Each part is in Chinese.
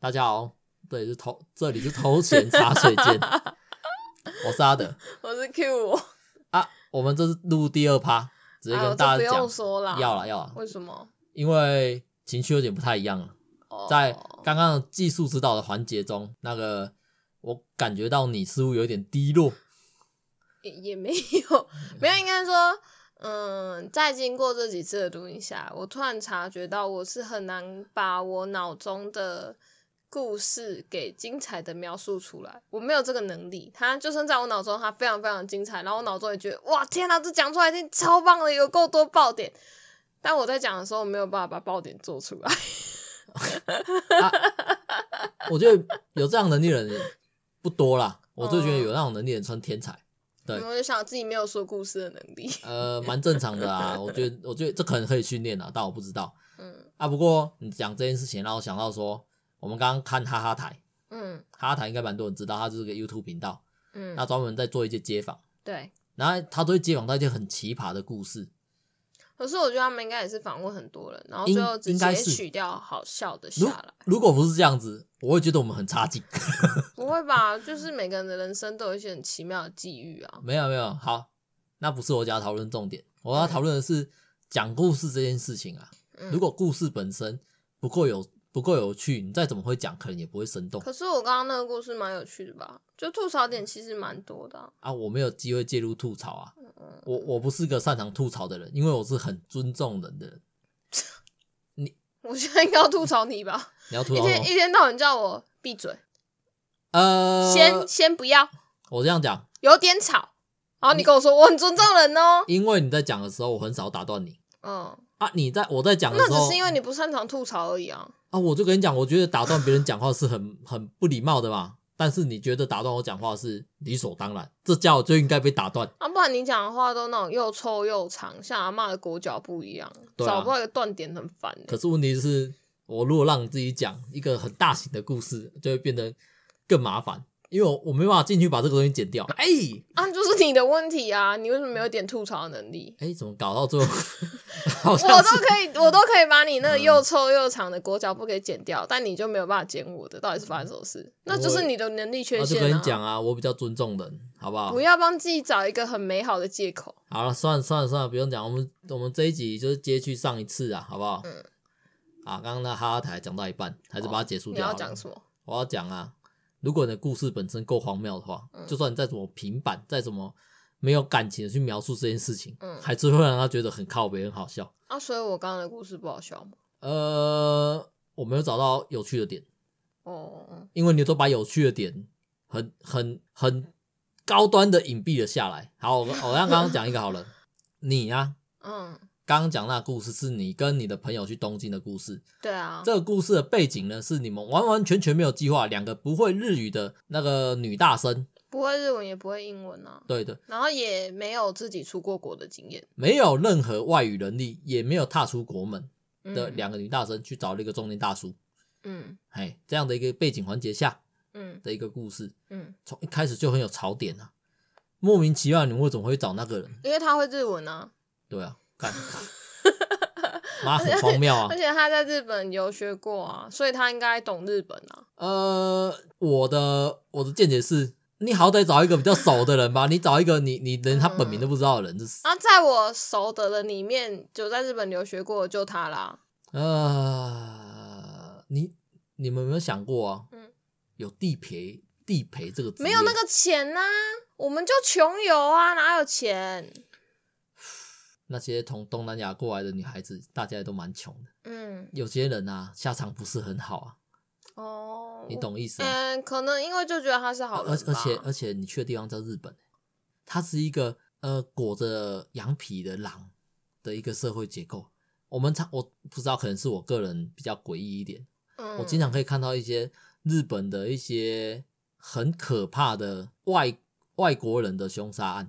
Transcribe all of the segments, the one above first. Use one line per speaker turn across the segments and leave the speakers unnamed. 大家好，这里是头，这里是头前茶水 间，我是阿德
我是 Q 我，
啊。我们这是录第二趴，直接
啊我
跟
就
大
不
家讲，
用说啦，
要了要了，
为什么？
因为情绪有点不太一样了。
哦
在刚刚的技术指导的环节中，那个我感觉到你似乎有点低落，
也也没有，没有，应该说，嗯，在经过这几次的录音下，我突然察觉到我是很难把我脑中的故事给精彩的描述出来，我没有这个能力。它就算在我脑中，它非常非常精彩，然后我脑中也觉得哇，天哪，这讲出来一定超棒的，有够多爆点。但我在讲的时候，我没有办法把爆点做出来。
我觉得有这样能力的人 不多啦。我就觉
哦
得有那种能力的人算天才，对
我就想自己没有说故事的能力。
呃，蛮正常的 啊。我觉得，我觉得这可能可以训练啊，但我不知道
嗯
啊。不过你讲这件事情，让我想到说，我们刚刚看哈哈台，
嗯
哈哈台应该蛮多人知道，它就是个 YouTube 频道，那
嗯，
专门在做一些街访，
对。
然后他都会街访到一些很奇葩的故事。
可是我觉得他们应该也是访问很多人，然后
应
最后直
应该
接
是
取掉好笑的下
如
来，
如果不是这样子，我会觉得我们很差劲。
不会吧？就是每个人的人生都有一些很奇妙的际遇啊。
没有没有，好，那不是我想要讨论重点，我要讨论的是讲故事这件事情啊。
嗯
如果故事本身不够有不够有趣，你再怎么会讲，可能也不会生动
可是我刚刚那个故事蛮有趣的吧？就吐槽点其实蛮多的啊、
啊。我没有机会介入吐槽啊，
嗯
我我不是个擅长吐槽的人，因为我是很尊重人的人。
我现在应该要吐槽你 吧？
你要吐
一
槽什
天一
么？
天到晚叫我闭嘴，
呃，
先先不要，
我这样讲，
有点吵。然后你跟我说我很尊重人哦，
因为你在讲的时候，我很少打断你
嗯，
啊。你在我在讲的哦
那
时
只
候
是因为你不擅长吐槽而已啊。
啊，我就跟你讲，我觉得打断别人讲话是很 很不礼貌的嘛。但是你觉得打断我讲话是理所当然，这家伙就应该被打断。
啊，不然你讲的话都那种又臭又长，像阿嬷的裹脚布一样，
对啊
找不到一个断点，很烦、
可
欸。
是问题是，我如果让你自己讲一个很大型的故事，就会变得更麻烦，因为我我没办法进去把这个东西剪掉。哎、
啊，就是你的问题啊！你为什么没有一点吐槽的能力？
哎、怎么搞到最后 好
我
像
都
是
可以，我都可以把你那个
嗯
又臭又长的裹脚布给剪掉，但你就没有办法剪我的，到底是发生什么事？那就是你的能力缺
我就
陷
跟
啊！
你讲啊，我比较尊重人，好不好
不？要帮自己找一个很美好的借口。
好了，算了算了算了，不用讲，我们我们这一集就是接去上一次啊，好不好？
嗯。哦
啊，刚刚那哈哈台讲到一半，还是把它结束
你
掉好了、
要讲什么？
我要讲啊，如果你的故事本身够荒谬的话，
嗯
就算你再怎么平板，再怎么没有感情的去描述这件事情，
嗯
还是会让他觉得很靠北、很好笑。
啊，所以我刚刚的故事不好笑吗？
呃，我没有找到有趣的点，
哦，
因为你都把有趣的点很、很、很高端的隐蔽了下来。好，我我让刚刚讲一个好了，你啊，
嗯，
刚刚讲那个故事是你跟你的朋友去东京的故事，
对啊，
这个故事的背景呢是你们完完全全没有计划，两个不会日语的那个女大生，
不会日文也不会英文啊，
对的，
然后也没有自己出过国的经验。
没有任何外语能力，也没有踏出国门
嗯
的两个女大生去找了一个中年大叔，
嗯
哎，这样的一个背景环节下
嗯
的一个故事，
嗯，
从一开始就很有槽点啊，莫名其妙你为什么会找那个人？
因为他会日文啊，
对啊，干，妈很荒谬啊
而。且他在日本留学过啊，所以他应该懂日本啊。
呃，我的我的见解是，你好歹找一个比较熟的人吧，你找一个你你连他本名都不知道的人，这是
啊，在我熟的人里面，就在日本留学过的就他啦。
呃，你你们有没有想过啊？
嗯
有地陪地陪这个职
没有那
业
个钱呐、我们就穷游啊，哪有钱？
那些从东南亚过来的女孩子，大家也都蛮穷的。
嗯，
有些人啊，下场不是很好啊，
哦，
你。懂意思吗？
嗯，可能因为就觉得他是好
而
人
而且
吧
而且你去的地方叫日本、欸它是一个呃裹着羊皮的狼的一个社会结构。我们常我不知道，可能是我个人比较诡异一点，
嗯
我经常可以看到一些日本的一些很可怕的外外国人的凶杀案，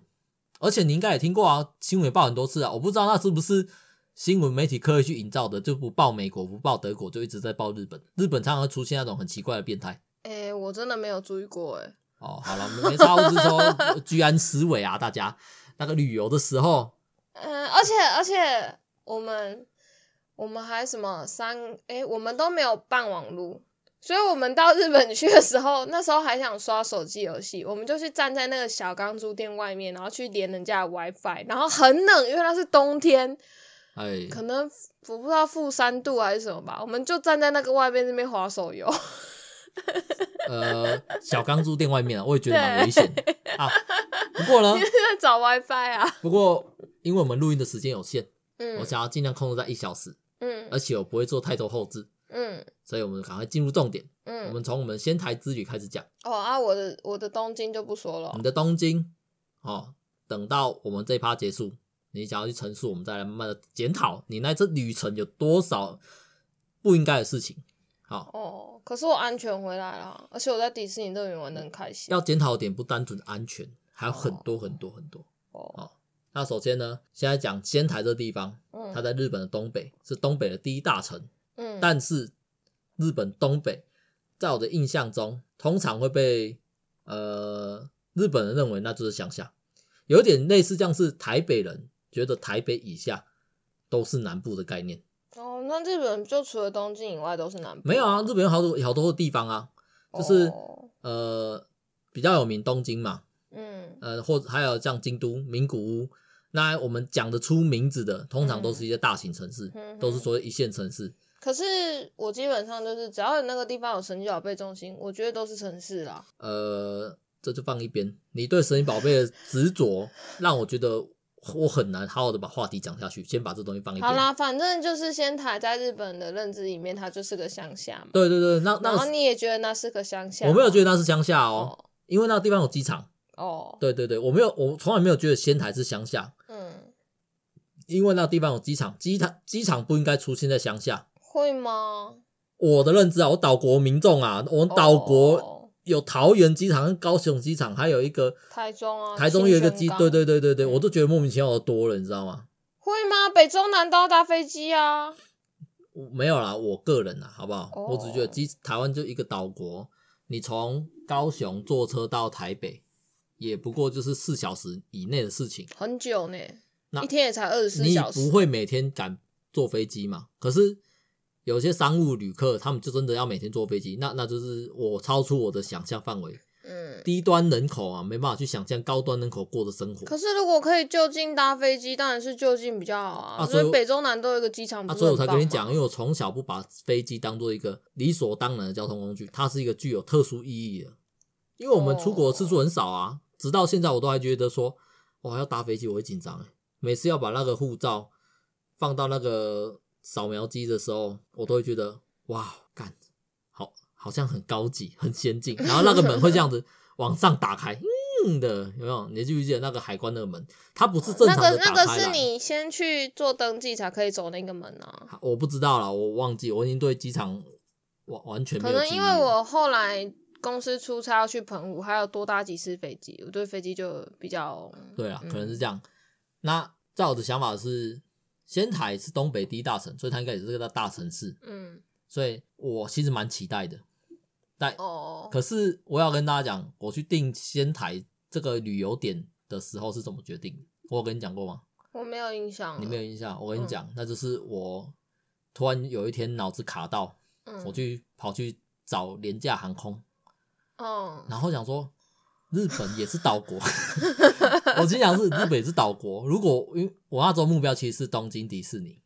而且你应该也听过啊，新闻也报很多次啊，我不知道那是不是新闻媒体刻意去营造的，就不报美国，不报德国，就一直在报日本。日本常常会出现那种很奇怪的变态。
哎、我真的没有注意过哎、
哦，好了，没没差，我只是说居安思危啊，大家那个旅游的时候，
嗯，而且而且我们我们还什么三哎、我们都没有办网路，所以我们到日本去的时候，那时候还想刷手机游戏，我们就去站在那个小钢珠店外面，然后去连人家的 WiFi，然后很冷，因为那是冬天，
哎，
可能我不知道负三度还是什么吧，我们就站在那个外面那边划手游。
啊呃，小钢珠店外面啊，我也觉得蛮危险的啊。不过呢，
在找 WiFi 啊。
不过因为我们录音的时间有限，
嗯
我想要尽量控制在一小时，
嗯
而且我不会做太多后置，
嗯
所以我们赶快进入重点。我
嗯。
们从我们仙台之旅开始讲，
哦啊，我的我的东京就不说了
我们。的东京哦，等到我们这一趴结束，你想要去陈述，我们再来慢慢的检讨你那这旅程有多少不应该的事情。好、
哦，可是我安全回来了，而且我在迪士尼乐园玩的很开心。
要检讨的点不单纯安全，还有很多很多很多。
哦，
那首先呢，现在讲仙台这地方，
嗯，
它在日本的东北，是东北的第一大城。
嗯，
但是日本东北，在我的印象中，通常会被呃日本人认为那就是乡下，有点类似像是台北人觉得台北以下都是南部的概念。
哦，那日本就除了东京以外都是南部。
没有啊，日本有好多好多地方啊，就是
哦
呃比较有名东京嘛，
嗯
呃，或者还有像京都、名古屋，那我们讲得出名字的，通常都是一些大型城市，
嗯
都是所谓一线城市。
可是我基本上就是只要有那个地方有神奇宝贝中心，我觉得都是城市啦。
呃，这就放一边。你对神奇宝贝的执着，让我觉得我很难好好的把话题讲下去。先把这东西放一
好
边。
啦，反正就是仙台在日本的认知里面，它就是个乡下嘛。
对对对，那那
然后
个
你也觉得那是个乡下？
我没有觉
得
得那是乡下哦，因为那个地方有机场。
哦，
对对对，我没有，我从来没有觉得仙台是乡下，
嗯，
因为那个地方有机场，机场机场不应该出现在乡下。
会吗？
我的认知啊，我岛国民众啊，我们岛国
哦
有桃园机场、跟高雄机场，还有一个
台中啊，
台中有一个
新
机，
港
对对对对对，
嗯
我都觉得莫名其妙的多了，你知道吗？
会吗？北中南都要搭飞机啊。
我没有啦，我个人啦，好不好？
哦
我只觉得机台湾就一个岛国，你从高雄坐车到台北，也不过就是四小时以内的事情，
很久呢
那，
一天也才二十四
你
小时。
不会每天赶坐飞机嘛？可是有些商务旅客，他们就真的要每天坐飞机，那那就是我超出我的想象范围。
嗯，
低端人口啊，没办法去想象高端人口过的生活。
可是如果可以就近搭飞机，当然是就近比较好啊。
啊
所
所以
以北中南都有一个机场，
啊，
不是
所以我
很
才
棒
跟你
吗
讲，因为我从小不把飞机当做一个理所当然的交通工具，它是一个具有特殊意义的。因为我
哦
们出国的次数很少啊，直到现在我都还觉得说，我要搭飞机我会紧张欸每次要把那个护照放到那个扫描机的时候，我都会觉得哇，干，好，好像很高级、很先 进。然后那个门会这样子往上打开，嗯的，有没有？你记不记得那个海关那个门？它不是正
那
常
个
的
那
打开来。
个是你先去做登记才可以走那个门啊。
我不知道了，我忘记，我已经对机场完完全没
可
有
能
记忆
因
了。
为我后来公司出差要去澎湖，还要多搭几次飞机，我对飞机就比较
对啊，
嗯
可能是这样。那在我的想法是，仙台是东北第一大城，所以它应该也是个大城市，
嗯
所以我其实蛮期待的。但
哦
可是我要跟大家讲，我去定仙台这个旅游点的时候是怎么决定的？我有跟你讲过吗？
我没有印象了，
你没有印象？我跟你
嗯
讲，那就是我突然有一天脑子卡到，
嗯
我去跑去找廉价航空。
嗯
然后想说，日本也是岛国， 我心想是日本也是岛国。如果因为我那时候目标其实是东京迪士尼，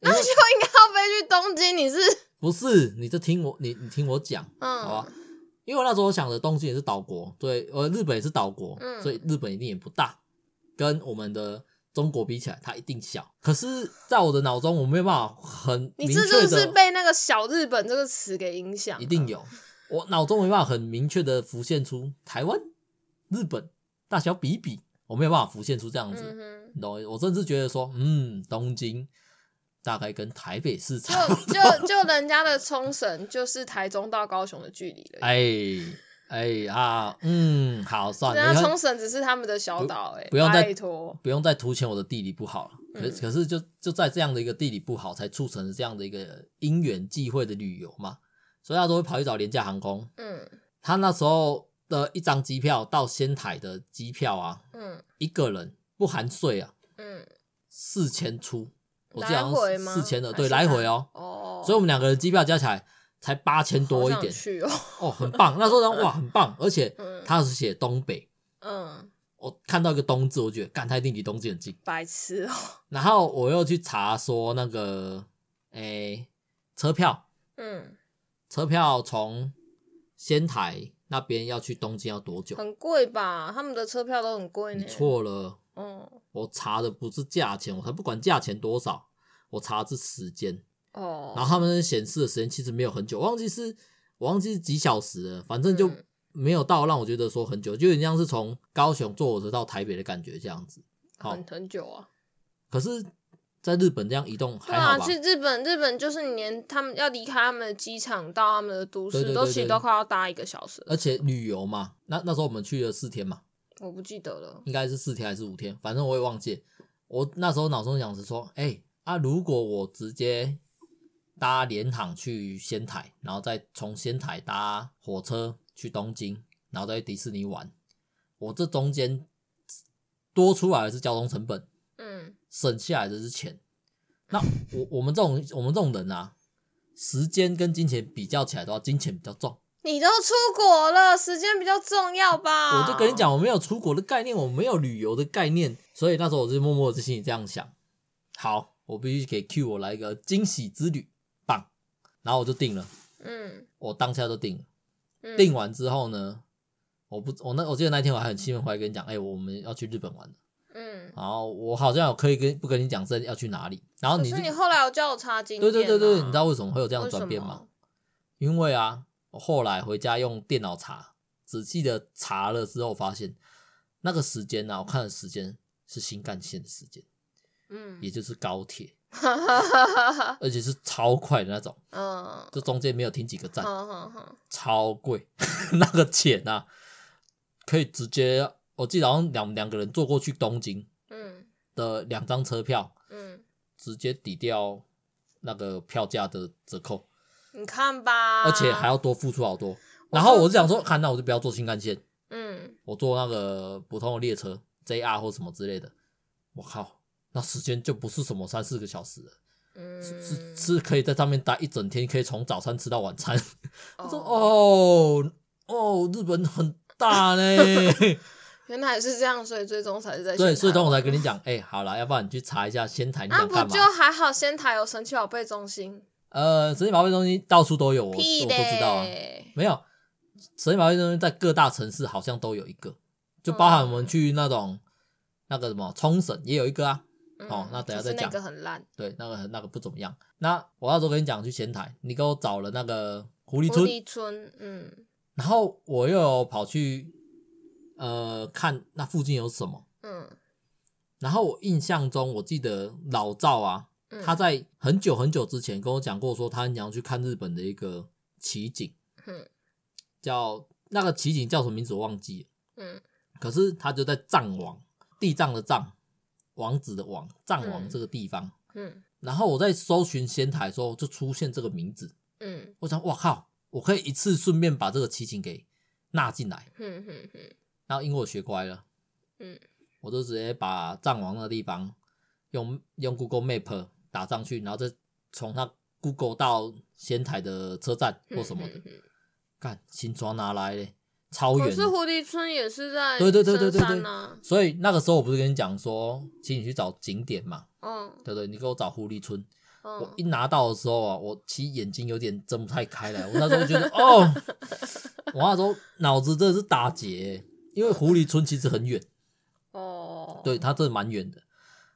那就应该要飞去东京，你是
不是你就听我你你听我讲，好啊吧
嗯？
因为我那时候我想着东京也是岛国，对，呃，日本也是岛国，
嗯
所以日本一定也不大，跟我们的中国比起来，它一定小。可是，在我的脑中，我没有办法很
你
明
这
确
就是
的，
被那个“小日本”这个词给影响了，
一定有，我脑中没办法很明确的浮现出台湾、日本大小比一比，我没有办法浮现出这样子。
嗯哼。
你懂我意思？我甚至觉得说，嗯，东京大概跟台北市差不
就
多。
就就人家的冲绳就是台中到高雄的距离了，
哎哎啊，嗯，好，算了，
人
你
家
看
啊冲绳只是他们的小岛哎、
不用再
拜托，
不用再凸显我的地理不好了。可、
嗯
可是就就在这样的一个地理不好，才促成这样的一个因缘际会的旅游嘛，所以他都会跑去找廉价航空。
嗯
他那时候的一张机票到仙台的机票啊，
嗯
一个人不含税啊，
嗯，
四千出，我记得
来
好
回
像
吗
四千的，
还
对，
是
来
单
回哦、
哦，
所以我们两个人机票加起来才八千多一
好想
点
去嗯哦，
哦，很棒。那时 候想哇，很棒，而且他是写东北，
嗯，
我看到一个东字，我觉得干，他一定离东京很近。
白痴哦，
然后我又去查说那个，诶，车票，
嗯，
车票从仙台那边要去东京要多久？
很贵吧？他们的车票都很贵
你
呢。，
错了，
哦
我查的不是价钱，我才不管价钱多少，我查的是时间。然
哦，
后他们显示的时间其实没有很久，我忘记是我忘记是几小时了，反正就
嗯
没有到让我觉得说很久，就有点像是从高雄坐火车到台北的感觉这样子。好
很很久啊。
可是，在日本这样移动
对
还好
啊，
吧？
去日本，日本就是你连他们要离开他们的机场到他们的都
对对
市，
对
都
对
其实
对
都快要搭一个小时了。
而且旅游嘛，那那时候我们去了四天嘛，
我不记得了，
应该是四天还是五天，反正我也忘记。我那时候脑中想是说，哎、啊，如果我直接搭联航去仙台，然后再从仙台搭火车去东京，然后再去迪士尼玩，我这中间多出来的是交通成本，
嗯，
省下来的是钱。那我我们这种我们这种人啊，时间跟金钱比较起来的话，金钱比较重。
你都出国了，时间比较重要吧？
我就跟你，讲，我没有出国的概念，我没有旅游的概念，所以那时候我就默默在心里这样想：好，我必须给 Q 我来一个惊喜之旅，棒！然后我就定了，
嗯，
我当下就定了。
嗯
定完之后呢，我不，我那我记得那天我还很兴奋，回来跟你讲，哎、我们要去日本玩了
嗯，
然后我好像有可以跟不跟你讲是要去哪里，然后
可
你就是
你后来有叫我查经
对
典、啊，
对对对，你知道为什么会有这样
为
的
什
转变
么
吗？？因为啊，我后来回家用电脑查，仔细的查了之后，发现那个时间呢、啊我看的时间是新干线的时间，
嗯，
也就是高 铁，
哈哈哈哈，
而且是超快的那种，
嗯，
就中间没有停几个站，
好好好，
超贵， 那个钱啊，可以直接，我记得好像两两个人坐过去东京
嗯
的两张车票，
嗯，
直接抵掉那个票价的折扣，
你看吧，
而且还要多付出好多。然后我就想说，看、那我就不要坐新干线。
嗯，
我坐那个普通的列车 JR 或什么之类的，我靠，那时间就不是什么三四个小时了，
嗯
是是
嗯，
是可以在上面待一整天，可以从早餐吃到晚餐。 他说
哦，
哦哦，日本很大呢，
原来是这样，所以最终才是在
对，
仙
所以
台
等我才跟你讲，哎、好啦，要不然你去查一下仙台你
啊，
想
不
干嘛？
就还好，仙台有神奇宝贝中心，
呃，神奇宝贝中心到处都有，我我不
屁
知道啊，
嘞，
没有，神奇宝贝中心在各大城市好像都有一个，
哦
就包含我们去那种、那个什么冲绳也有一个啊。
嗯
哦那等下再
就是那
讲
个很烂，
对，那个那个不怎么样。那我那时候跟你讲去前台，你给我找了那个狐狸
狐
村，
狸村，嗯
然后我又有跑去呃看那附近有什么。
嗯
然后我印象中，我记得老赵啊，
嗯，
他在很久很久之前跟我讲过，说他很想要去看日本的一个奇景，
嗯
叫那个奇景叫什么名字我忘记了。
嗯
可是他就在藏王，地藏的藏，王子的王，藏王
嗯
这个地方。
嗯
然后我在搜寻仙台的时候，就出现这个名字。
嗯
我想，哇靠，我可以一次顺便把这个骑行给纳进来。
嗯嗯嗯
然后因为我学乖了，
嗯，
我就直接把藏王那个地方用用 Google Map 打上去，然后再从它 Google 到仙台的车站
嗯，
或什么
嗯
的，
嗯
干新庄拿来嘞，超
可
远
是
的。
狐狸村也是在
对对对对
深
对对
山啊，
所以那个时候我不是跟你讲说，请你去找景点嘛，
嗯
对不对？你给我找狐狸村，我
嗯
一拿到的时候啊，我其实眼睛有点睁不太开来。我那时候觉得， 哦，我那时候脑子真的是打结，因为狐狸村其实很远，
哦，
对，它真的蛮远的。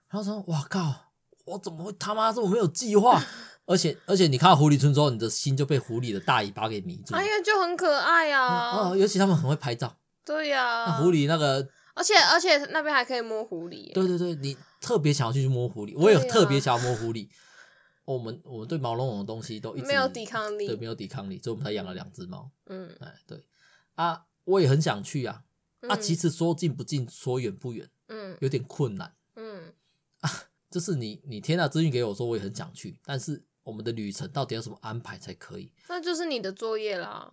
然后说，哇靠，我怎么会他妈这么没有计划？而且而且，你看到狐狸村之后，你的心就被狐狸的大尾巴给迷住了。
哎呀，就很可爱啊
哦，，尤其他们很会拍照，
对呀，
那狐，狸那个，
而且而且那边还可以摸狐狸耶，
对对对，你特别想要去摸狐狸，我也
对啊
特别想要摸狐狸。我们我们对毛茸茸的东西都一直
没有抵抗
对，
力
没，有抵抗力，所以我们才养了两只猫。
嗯，
哎，对啊，我也很想去啊。啊，
嗯
其实说近不近，说远不远，
嗯
有点困难。
嗯
就是你你天啊大资讯给我说，我也很想去，但是我们的旅程到底要怎么安排才可以？
那就是你的作业啦，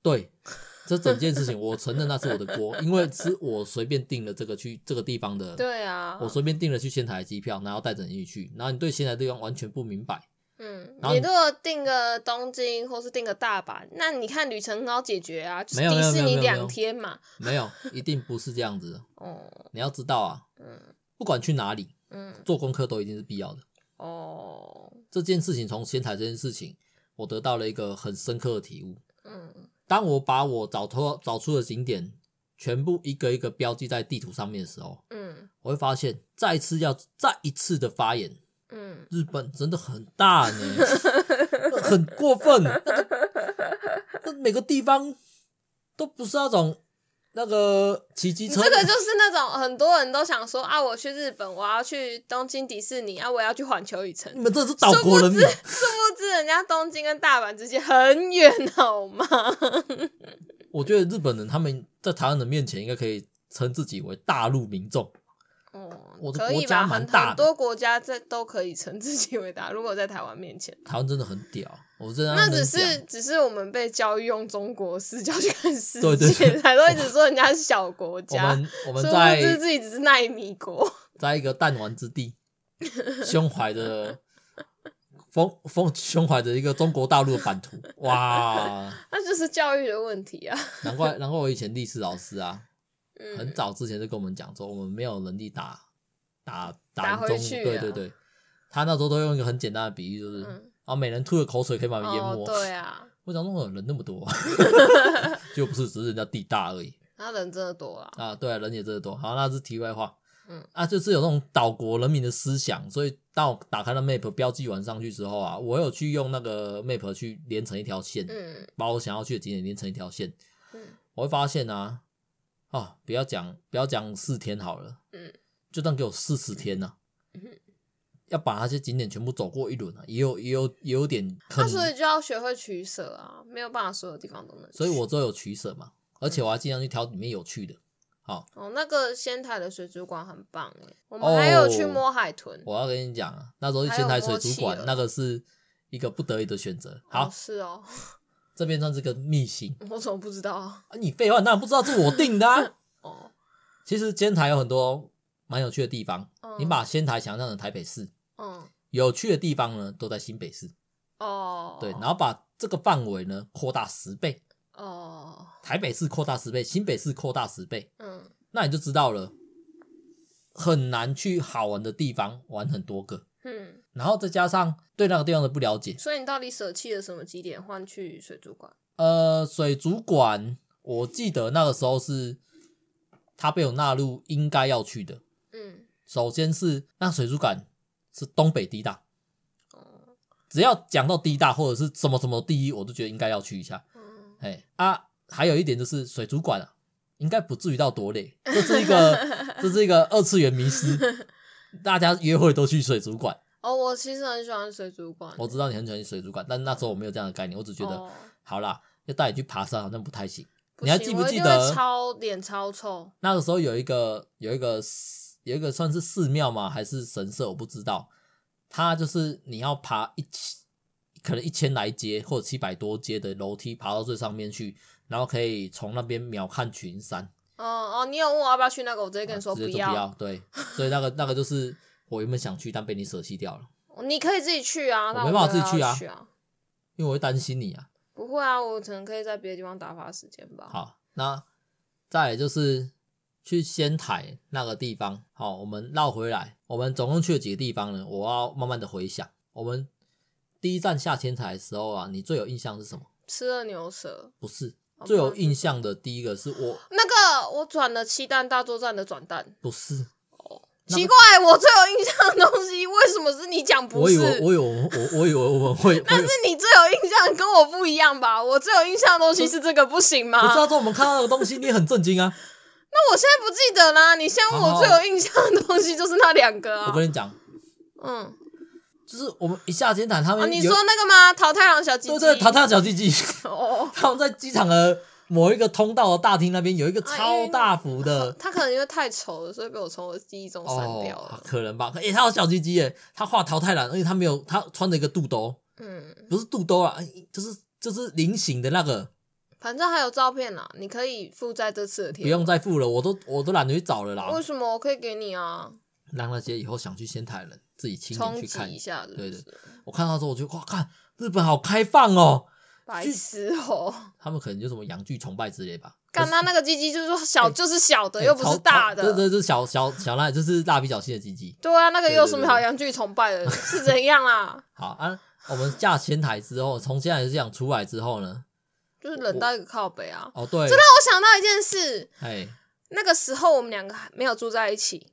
对，这整件事情我承认那是我的锅，因为是我随便订了这个去这个地方的，
对啊，
我随便订了去仙台的机票，然后带着你一起去，然后你对仙台地方完全不明白，
嗯，
然后
你
你
如果订个东京或是订个大阪，那你看旅程很好解决啊，就是
没有没
迪
有
士
没
尼
有没有没
两
有
天嘛。
没有，一定不是这样子的。
哦，
你要知道啊，
嗯
不管去哪里，
嗯，
做功课都一定是必要的。
哦，
这件事情从仙台这件事情，我得到了一个很深刻的体悟。
嗯
当我把我找出找出的景点全部一个一个标记在地图上面的时候，
嗯
我会发现，再一次要再一次的发言，
嗯，
日本真的很大 呢，很过分。那个，那每个地方都不是那种那个骑机
你
车
这，个就是那种很多人都想说啊，我去日本，我要去东京迪士尼啊，我要去环球影城
你，们这是岛国人民。
殊不知人家东京跟大阪之间很远， 好吗？
我觉得日本人他们在台湾人面前应该可以称自己为大陆民众。
哦
我，的
可
国
以
家
吧？
蛮
很
大的
很多国家这都可以称自己为大，如果在台湾面前。
台湾真的很屌，我真的
那
要
只
跟你讲
是只是我们被教育用中国视角去看世界，
对对对
才都一直说人家是小国
我
家，
们我
殊
们
不
在
知自己只是纳米国。
在一个弹丸之地，胸怀的风风胸怀的一个中国大陆的版图，哇！
那就是教育的问题啊。
难怪难怪我以前历史老师啊，
嗯，
很早之前就跟我们讲说，我们没有能力打打
打
赢
回
中，
去啊
对对对。他那时候都用一个很简单的比喻，就是、
嗯
啊，每人吐的口水可以把你淹没。
哦，对啊，
我想说，哦人那么 多，就不是只是人家地大而已
他人真的多啊。
啊。对啊，人也真的多。好，那是题外话。
嗯
啊，就是有那种岛国人民的思想，所以当我打开了 map 标记完上去之后啊，我有去用那个 map 去连成一条线，
嗯
把我想要去的景点连成一条线。
嗯
我会发现啊，啊，不要讲不要讲四天好了，
嗯，
就算给我四十天呐、
嗯
要把那些景点全部走过一轮啊，也有也有也有点
那、
坑，
啊所以就要学会取舍啊，没有办法所有地方都能去。
所以我都有取舍嘛，而且我还尽量去挑里面有趣的。好，
哦，那个仙台的水族馆很棒哎，我
哦
们还有去摸海豚。哦
我要跟你讲啊，那时候去仙台水族
还有默契
馆
了
那个是一个不得已的选择。
哦
好，
是哦，
这边算是个秘辛
我怎么不知道啊？
啊，你废话，那不知道是我定的、 啊。
哦，
其实仙台有很多蛮有趣的地方，
嗯
你把仙台想象成台北市，
嗯，
有趣的地方呢都在新北市。
哦，
对，然后把这个范围呢扩大十倍，
哦，
台北市扩大十倍，新北市扩大十倍，
嗯
那你就知道了，很难去好玩的地方玩很多个，
嗯，
然后再加上对那个地方的不了解，
所以你到底舍弃了什么几点换去水族馆？
呃，水族馆，我记得那个时候是它被我纳入应该要去的，
嗯，
首先是那水族馆是东北地大，
哦，
只要讲到地大或者是什么什么第一，我都觉得应该要去一下。
嗯，
哎啊，还有一点就是水族馆啊，应该不至于到多累，这是一个这是一个二次元迷失，大家约会都去水族馆。
哦，我其实很喜欢水族馆，欸
我知道你很喜欢去水族馆，但那时候我没有这样的概念，我只觉得、
哦
好啦，要带你去爬山好像不太行。
不
你还
行
记不
我一
记
定会
得
超脸超臭？
那个时候有一个有一个寺有一个算是寺庙吗？还是神社？我不知道。它就是你要爬一千，可能一千来阶或者七百多阶的楼梯，爬到最上面去，然后可以从那边秒看群山。啊
哦哦，你有问我要不要去那个，我直接跟你说
哦直接就
要，
要，对，所以那个那个就是我原本想去，但被你舍弃掉了，
哦你可以自己去啊，但
没
我
办法
有
自己去
要
啊
去啊。
因为我会担心你啊。
不会啊，我可能可以在别的地方打发时间吧。，
好，那再来就是去仙台那个地方，好，我们绕回来，我们总共去了几个地方呢？我要慢慢的回想。我们第一站下仙台的时候啊，你最有印象是什么？
吃了牛舌，哦那个我转了七蛋大作战的转蛋，
不是，那个
奇怪，我最有印象的东西为什么是你讲不
我
是？
以为我以为我们我我以为我们会，
但
会
是你最有印象跟我不一样吧？我最有印象的东西是这个，不行吗？
我知道，说我们看到那个东西，你也很震 惊啊。
那我现在不记得啦。你现在问
好好
我最有印象的东西就是那两个
哦我
啊。
跟你讲，
嗯，
就是我们一下仙台，他
啊，
们
你
有
说那个吗？桃太郎小鸡
对
鸡。
对，淘汰小鸡鸡，
哦，
他们在机场的某一个通道的大厅那边有一
啊
个超大幅的。
他可能因为太丑了，所以被我从我记忆中删掉
哦
了，。
可能吧。诶、他有小鸡鸡耶，他画淘汰了，而且他没有，他穿着一个肚兜，
嗯，
不是肚兜啊，诶就是就是菱形的那个，
反正还有照片啦，你可以附在这次的贴。
不用再附了，我都我都懒得去找了啦
为。什么？我可以给你啊。
让那些以后想去仙台的人自己亲眼
冲
去
击
看
一。下是不
对
是，
的我看到之后，我就哇，看日本好开放哦，
白痴哦、
他们可能就什么洋剧崇拜之类吧。
干他那个鸡鸡就是说小就是小的，
哎
又不
超
是大
超这
的。
这是小小小那，就是蜡笔小新的鸡鸡。
对啊，那个
对
有
对
什么
对
好洋剧崇拜 的？是怎样啦？
好啊，我们下仙台之后，从仙台这样出来之后呢，
就是冷到一个靠北啊！
哦对，
我想到一件事，
哎，
那个时候我们两个还没有住在一起，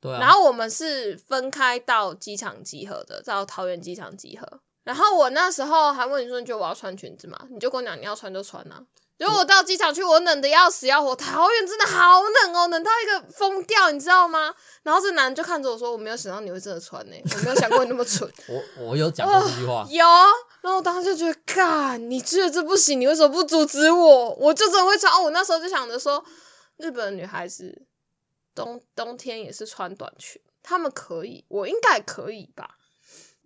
对啊，
然后我们是分开到机场集合的，到桃园机场集合。然后我那时候还问你说，你觉得我要穿裙子吗？你就跟我讲你要穿就穿啊。结果我到机场去，我冷的要死要活，桃园真的好冷哦，冷到一个疯掉，你知道吗？然后这男的就看着我说，我没有想到你会真的穿呢、我没有想过你那么蠢。
我我有讲过这句话，
有，然后我当时就觉得，干，你觉得这不行，你为什么不阻止我？我就真的会穿。哦，我那时候就想着说，日本的女孩子冬冬天也是穿短裙，她们可以，我应该可以吧？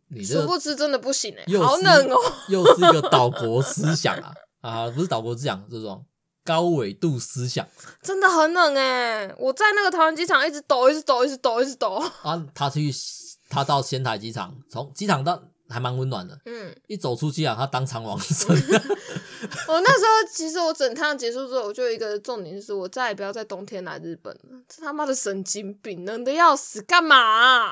你这
殊不知真的不行哎、
又
好
是
冷哦。
又是一个岛国思想啊啊，不是岛国思想，这种高纬度思想
真的很冷哎、我在那个桃园机场一直抖，一直抖，一直抖，一直 抖。
啊。他去他到仙台机场，从机场到还蛮温暖的，
嗯，
一走出机场，他当场往生。
我那时候其实我整趟结束之后，我就有一个重点是，我再也不要在冬天来日本了，这他妈的神经病，冷的要死，干嘛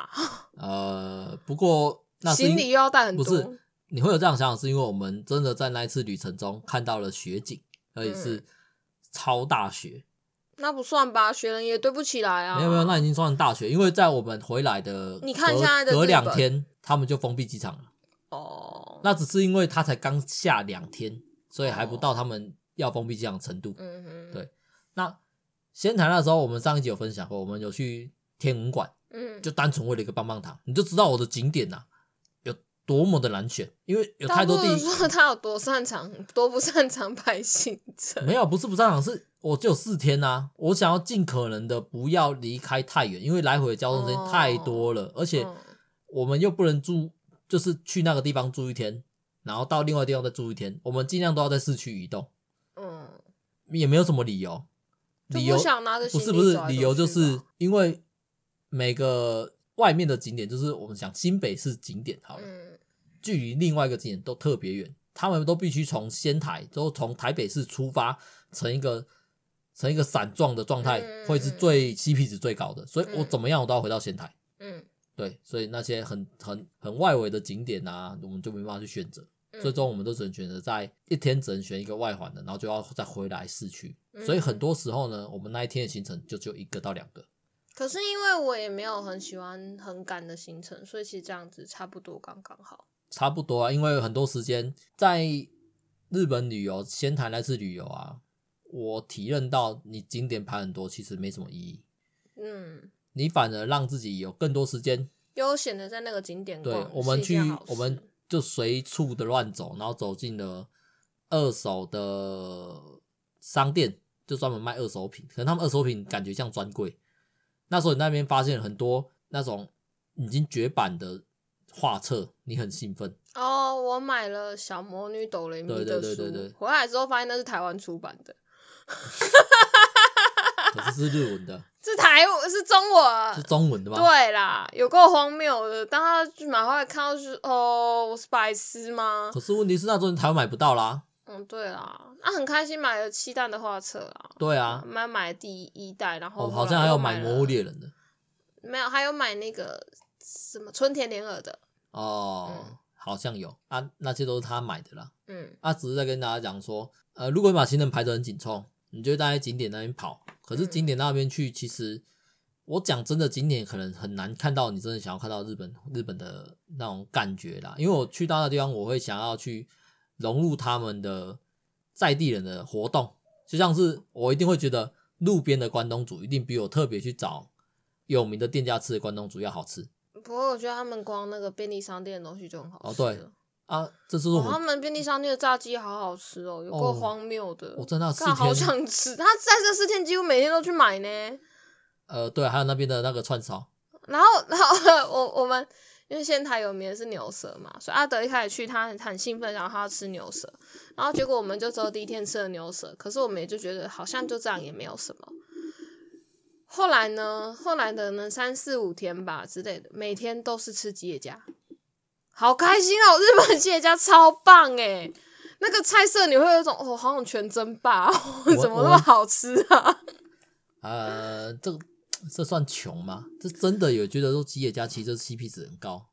啊、
呃，不过那是因
行李又要带很
不
多。
是你会有这样想法，是因为我们真的在那一次旅程中看到了雪景，而且是
嗯
超大雪。
那不算吧，雪人也对不起来啊。
没有没有，那已经算大雪，因为在我们回来的
你看
隔
现在的
隔
日
两
本
天，他们就封闭机场了。
哦，
那只是因为他才刚下两天，所以还不到他们要封闭这样的程度。
嗯哼，
对那仙台那时候，我们上一集有分享过，我们有去天文馆，
嗯，
就单纯为了一个棒棒糖，你就知道我的景点呐、啊有多么的难选，因为有
倒
太多
不
地
如说他有多擅长，多不擅长拍行程。
没有，不是不上场，是我只有四天啊，我想要尽可能的不要离开太远，因为来回的交通时间
哦
太多了，而且
嗯
我们又不能住，就是去那个地方住一天，然后到另外地方再住一天，我们尽量都要在市区移动。
嗯，
也没有什么理由，
就
理由
不想拿着
不
行
是
李
不是
走来
理
走
由就
去
是
吧
因为每个外面的景点，就是我们讲新北市景点好了，
嗯
距离另外一个景点都特别远，他们都必须从仙台，都从台北市出发，成一个成一个散状的状态，
嗯
会是
嗯
最 CP 值最高的，所以我
嗯
怎么样我都要回到仙台。
嗯
对，所以那些很很很外围的景点啊，我们就没办法去选择。
嗯，
最终我们都只能选择在一天只能选一个外环的，然后就要再回来市区。
嗯
所以很多时候呢，我们那一天的行程就只有一个到两个。
可是因为我也没有很喜欢很赶的行程，所以其实这样子差不多刚刚好。
差不多啊，因为很多时间在日本旅游，仙台那次旅游啊，我体认到你景点排很多其实没什么意义，
嗯，
你反而让自己有更多时间。
悠闲的在那个景点
对
逛，
我们
是一
去
件好，
我们
事
就随处的乱走，然后走进了二手的商店，就专门卖二手品。可能他们二手品感觉像专柜。那时候你那边发现很多那种已经绝版的画册，你很兴奋。
哦，我买了《小魔女斗雷米》
对对
的
对对
书
对
回来之后发现那是台湾出版的。
可是是日文 的，
是台是中文
是，中文的吗？
对啊啦，有够荒谬的。当他去买回来看到就是哦，我是白痴吗？
可是问题是那时候你台湾买不到啦。
嗯，对啦，那、很开心买了七蛋的画册啦，
对啊，
买买第一代，哦然后
我
后
哦好
来
像还
又
有
买
买《
了
魔物猎人》的
没有，还有买那个什么春田莲耳的，
哦
嗯，
好像有啊，那些都是他买的啦。
嗯
他只是在跟大家讲说，呃，如果你把行程排得很紧凑，你就会待在景点那边跑。可是景点那边去，其实我讲真的，景点可能很难看到你真的想要看到日本日本的那种感觉啦。因为我去到那地方，我会想要去融入他们的在地人的活动，就像是我一定会觉得路边的关东煮一定比我特别去找有名的店家吃的关东煮要好吃
不过我觉得他们光那个便利商店的东西就很好
哦
吃了。
对啊。这就是我
哦
们
他们便利商店的炸鸡好好吃哦，有
哦
够荒谬的。
我在那四
干好
天
想吃，他在这四天几乎每天都去买呢。
呃，对，还有那边的那个串烧。
然后，然后我我们因为仙台有名的是牛舌嘛，所以阿德一开始去他很很兴奋，然后他要吃牛舌，然后结果我们就只有第一天吃了牛舌，可是我们也就觉得好像就这样也没有什么。后来呢，后来的呢，三四五天吧之类的，每天都是吃吉野家，好开心哦！日本吉野家超棒诶，那个菜色你会有一种哦，好想全真 霸、哦，
我
怎么那么好吃啊？
呃，这个这算穷吗？这真的有觉得说吉野家其实 CP 值很高，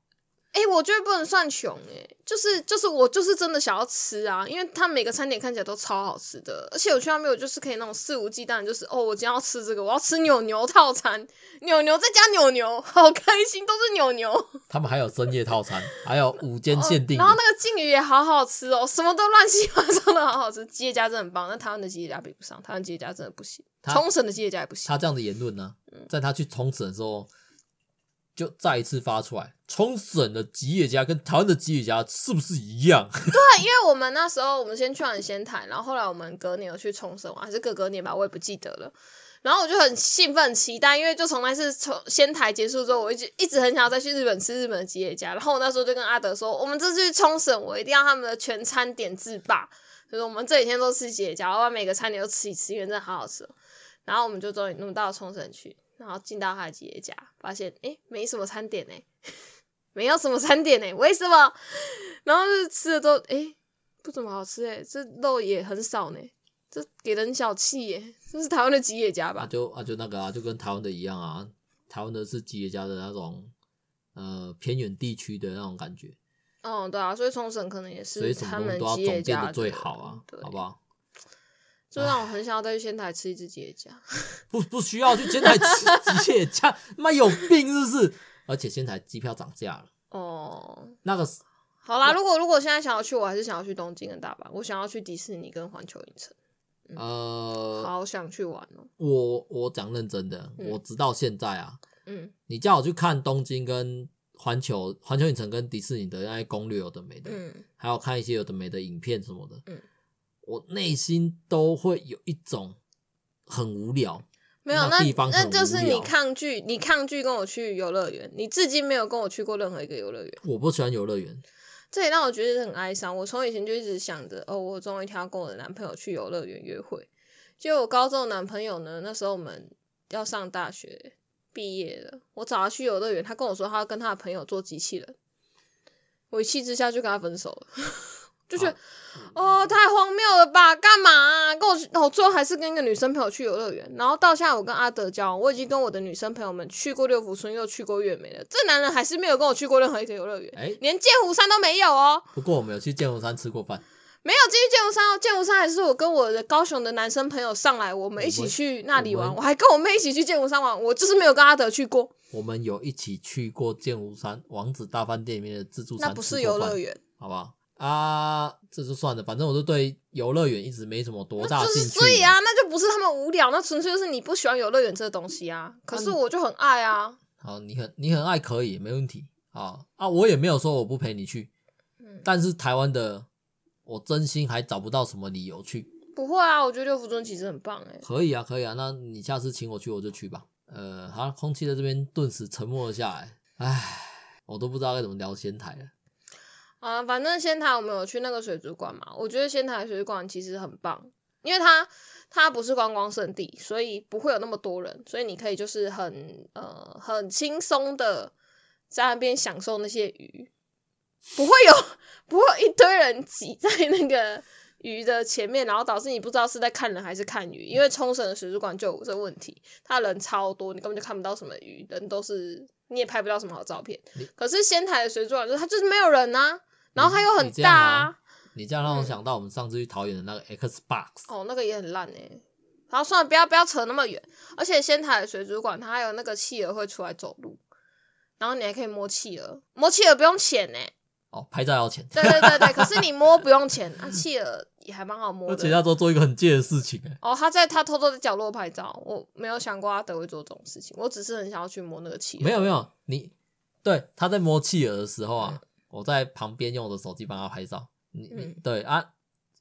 哎、我觉得不能算穷哎、就是就是我就是真的想要吃啊，因为它每个餐点看起来都超好吃的，而且我去那边我就是可以那种肆无忌惮，就是哦，我今天要吃这个，我要吃扭牛套餐，扭牛再加扭牛， 好开心，都是扭牛。
他们还有深夜套餐，还有午间限定
哦
欸
然后那个鲫鱼也好好吃哦，什么都乱七八糟的好好吃，吉野家真的很棒，但台湾的吉野家比不上，台湾吉野家真的不行，
它
冲绳的吉野家也不行。
他这样的言论呢，
嗯
在他去冲绳的时候，就再一次发出来，冲绳的吉野家跟台湾的吉野家是不是一样？
因为我们那时候我们先去完仙台，然后后来我们隔年有去冲绳玩，还是隔隔年吧，我也不记得了。然后我就很兴奋、很期待，因为就从那次从仙台结束之后，我一直一直很想要再去日本吃日本的吉野家。然后我那时候就跟阿德说，我们这次去冲绳，我一定要他们的全餐点制霸，就是我们这几天都吃吉野家，我把每个餐点都吃一次，因为真的好好吃哦。然后我们就终于弄到冲绳去，然后进到他的吉野家，发现诶没什么餐点呢、 没有什么餐点呢、为什么？然后就吃的都诶不怎么好吃诶、这肉也很少呢、这给人小气耶、这是台湾的吉野家
啊
吧？
就啊就那个啊，就跟台湾的一样啊，台湾的是吉野家的那种呃偏远地区的那种感觉，
哦，对啊，所以冲绳可能也
所以
是
什
他
么东西
们
都要
吉野
总
家
店
的
的最好啊，
对，
好不好？
就让我很想要再去仙台吃一只吉野家。
不不需要去仙台吃吉野家，妈有病是不是？而且仙台机票涨价了，
哦，
那个
好啦，如果如果现在想要去，我还是想要去东京跟大阪，我想要去迪士尼跟环球影城，
呃，
嗯好想去玩哦。
我我讲认真的，
嗯
我直到现在啊，
嗯
你叫我去看东京跟环球、环球影城跟迪士尼的那些攻略，有的没的，
嗯，
还有看一些有的没的影片什么的，
嗯
我内心都会有一种很无聊。
没有，
那
那
地方
那
很
就是
无聊
你抗拒，你抗拒跟我去游乐园，你至今没有跟我去过任何一个游乐园。
我不喜欢游乐园，
这也让我觉得很哀伤。我从以前就一直想着，哦，我终于挑跟我的男朋友去游乐园约会。就我高中的男朋友呢，那时候我们要上大学毕业了，我找他去游乐园，他跟我说他要跟他的朋友做机器人，我一气之下就跟他分手了。 就觉得、哦，太荒谬了吧？干嘛啊、跟我去，我最后还是跟一个女生朋友去游乐园，然后到现在我跟阿德交往，我已经跟我的女生朋友们去过六福村，又去过月美了。这男人还是没有跟我去过任何一个游乐园。
哎、
连剑湖山都没有哦，
不过我们有去剑湖山吃过饭，
没有进去剑湖山哦。剑湖山还是我跟我的高雄的男生朋友上来，我们一
我
起
们
去那里玩，
我
我
们
还跟我妹一起去剑湖山玩，我就是没有跟阿德去过，
我们有一起去过剑湖山王子大饭店里面的自助餐，
那不是游乐
园，
园，
好不好？啊，这就算了，反正我就对游乐园一直没什么多大
就
兴趣。
是所以啊，那就不是他们无聊，那纯粹就是你不喜欢游乐园这个东西啊。可
嗯
是我就很爱啊，
好，你很你很爱可以，没问题啊啊！我也没有说我不陪你去，
嗯
但是台湾的我真心还找不到什么理由去。
不会啊，我觉得六福村其实很棒哎、
可以啊，可以啊，那你下次请我去我就去吧。呃，好，空气在这边顿时沉默了下来，唉，我都不知道该怎么聊仙台了。
啊，反正仙台我们有去那个水族馆嘛，我觉得仙台的水族馆其实很棒，因为它它不是观光胜地，所以不会有那么多人，所以你可以就是很呃很轻松的在那边享受那些鱼，不会有不会有一堆人挤在那个鱼的前面，然后导致你不知道是在看人还是看鱼，因为冲绳的水族馆就有这个问题，它人超多，你根本就看不到什么鱼，人都是你也拍不到什么好照片
你。
可是仙台的水族馆就是它就是没有人啊。然后它又
你
很
这
大、
样
啊
啊，你这样让我
嗯
想到我们上次去桃园的那个 Xbox，
哦，那个也很烂哎、然后算了，不要不要扯那么远。而且仙台的水族馆它还有那个企鹅会出来走路，然后你还可以摸企鹅，摸企鹅不用钱呢、
哦，拍照要钱，
对对对对，可是你摸不用钱，啊，企鹅也还蛮好摸
而且要
的。
做做一个很贱的事情、欸，
哦，他在他偷偷在角落拍照，我没有想过阿德会做这种事情，我只是很想要去摸那个企鹅。
没有没有，你对他在摸企鹅的时候啊，我在旁边用我的手机帮他拍照。你、你
嗯
对啊，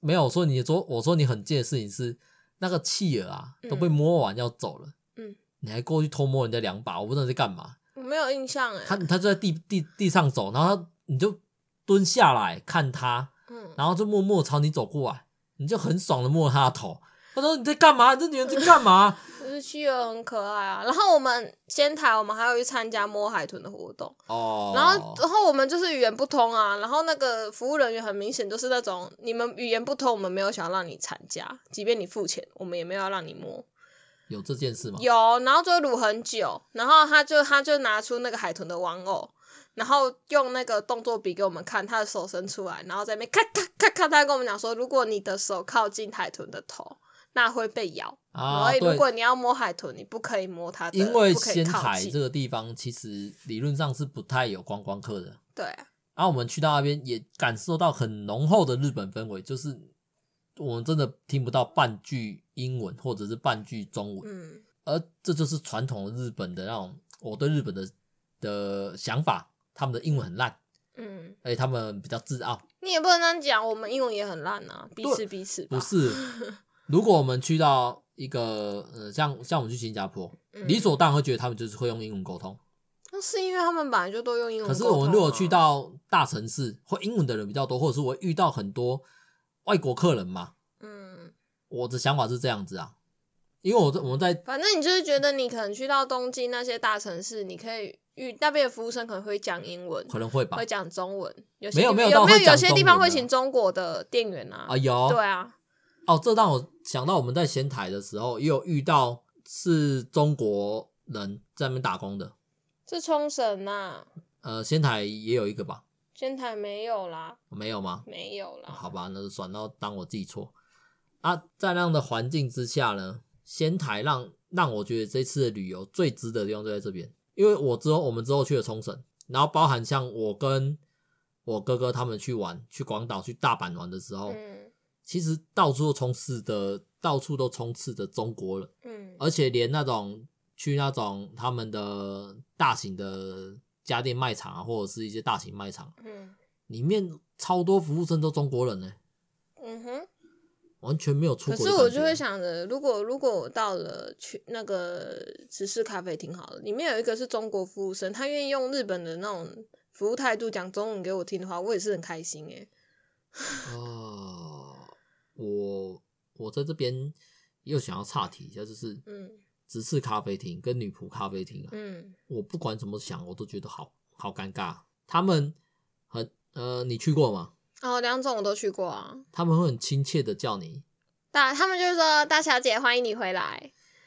没有我说你说我说你很贱的事情是那个企鹅啊都被
嗯
摸完要走了，
嗯，
你还过去偷摸人家两把，我不知道你在干嘛。
我没有印象哎、
他他就在地地地上走，然后他你就蹲下来看他，
嗯，
然后就默默 朝你走过来，你就很爽的摸他的头。他说你在干嘛？你这女人在干嘛？
我就企鹅很可爱啊。然后我们仙台，我们还有去参加摸海豚的活动，
哦，
然后然后我们就是语言不通啊，然后那个服务人员很明显就是那种你们语言不通，我们没有想要让你参加，即便你付钱，我们也没有要让你摸。
有这件事吗？
有，然后就卤很久，然后他就他就拿出那个海豚的玩偶，然后用那个动作笔给我们看，他的手伸出来，然后在那边咔咔咔咔，他跟我们讲说，如果你的手靠近海豚的头，那会被咬，
啊，
所以如
对，
果你要摸海豚，你不可以摸它的，
因为
不可以
仙
靠
台
近。
这个地方其实理论上是不太有观光客的，
对啊，
啊，我们去到那边也感受到很浓厚的日本氛围，就是我们真的听不到半句英文或者是半句中文，
嗯，
而这就是传统的日本的那种我对日本的的想法，他们的英文很烂，
嗯，
而且他们比较自傲。
你也不能这样讲，我们英文也很烂啊，彼
对
此彼此吧
不， 是，如果我们去到一个呃，像像我们去新加坡，
嗯
理所当然会觉得他们就是会用英文沟通。
那是因为他们本来就都用英文、啊
可是我们如果去，到大城市，会英文的人比较多，或者是我会遇到很多外国客人嘛，
嗯，
我的想法是这样子啊，因为我在我们在
反正你就是觉得你可能去到东京那些大城市，你可以遇那边的服务生可能会讲英文，
可能会吧
会，讲中文，有些
没有
地
没有
有
到
没有
会讲
有些地
中文
方
啊
会
的
请中国的店员啊？
啊有
对啊，
哦，这让我想到我们在仙台的时候，也有遇到是中国人在那边打工的，
是冲绳呐、
呃，仙台也有一个吧，
仙台没有啦，
没有吗？
没有啦。
哦好吧，那就算，那当我自己错啊。在那样的环境之下呢，仙台让让我觉得这次的旅游最值得的地方就在这边，因为我之后我们之后去了冲绳，然后包含像我跟我哥哥他们去玩，去广岛、去大阪玩的时候，
嗯
其实到处都充斥的，到处都充斥着中国人，
嗯
而且连那种去那种他们的大型的家电卖场啊，或者是一些大型卖场
嗯
里面，超多服务生都中国人呢、
嗯哼。
完全没有出
可
国。
是我就会，想着，如果如果我到了去那个直视咖啡厅好了，里面有一个是中国服务生，他愿意用日本的那种服务态度讲中文给我听的话，我也是很开心欸诶、
哦，我我在这边又想要岔题一下，就是
嗯
直视咖啡厅跟女仆咖啡厅啊，
嗯
我不管怎么想，我都觉得好好尴尬。他们很呃，你去过吗？
哦，两种我都去过啊。
他们会很亲切的叫你
大他们就是说大小姐欢迎你回来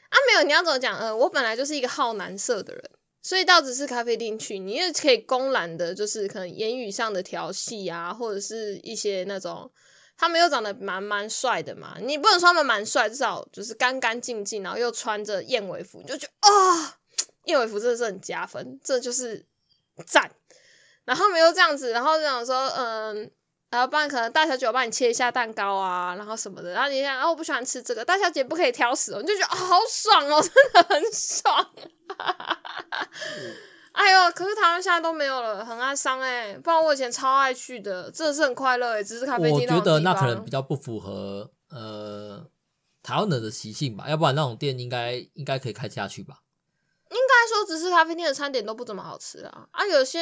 啊，没有你要怎么讲？呃，我本来就是一个好男色的人，所以到只是咖啡厅去，你也可以公然的，就是可能言语上的调戏啊，或者是一些那种。他们又长得蛮蛮帅的嘛，你不能说他们蛮帅，至少就是干干净净，然后又穿着燕尾服，你就觉得啊、燕尾服真的是很加分，这就是赞。然后他们又这样子，然后就想说，嗯，然后不然可能大小姐我帮你切一下蛋糕啊，然后什么的，然后你想，啊，我不喜欢吃这个，大小姐不可以挑食哦，你就觉得、哦、好爽哦， 真的很爽。哎呦，可是台湾现在都没有了，很哀伤哎、不然我以前超爱去的，真的是很快乐哎、只是咖啡厅
我
种
觉得那
地
可
方
能比较不符合呃台湾人的习性吧，要不然那种店应该应该可以开下去吧。
该说，只是咖啡店的餐点都不怎么好吃啊。啊，有些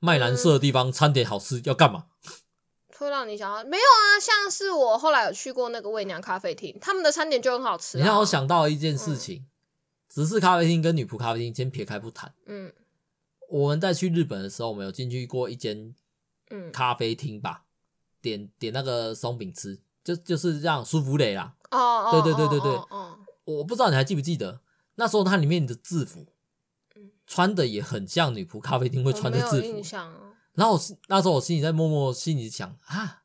卖蓝色的地
嗯
方，餐点好吃要干嘛？
会让你想要没有啊，像是我后来有去过那个味娘咖啡厅，他们的餐点就很好吃、啊。嗯
你让我，想到一件事情，只是咖啡厅跟女仆咖啡厅先撇开不谈。
嗯
我们在去日本的时候，我们有进去过一间
嗯，
咖啡厅吧，点点那个松饼吃，就就是这样舒芙蕾啦。
哦哦，
对对对对对
哦哦，
我不知道你还记不记得，那时候它里面的制服
嗯
穿的也很像女仆咖啡厅会
我
穿
没
的
有
制
印
服。
象啊。
然后我心那时候我心里在默默心里想啊，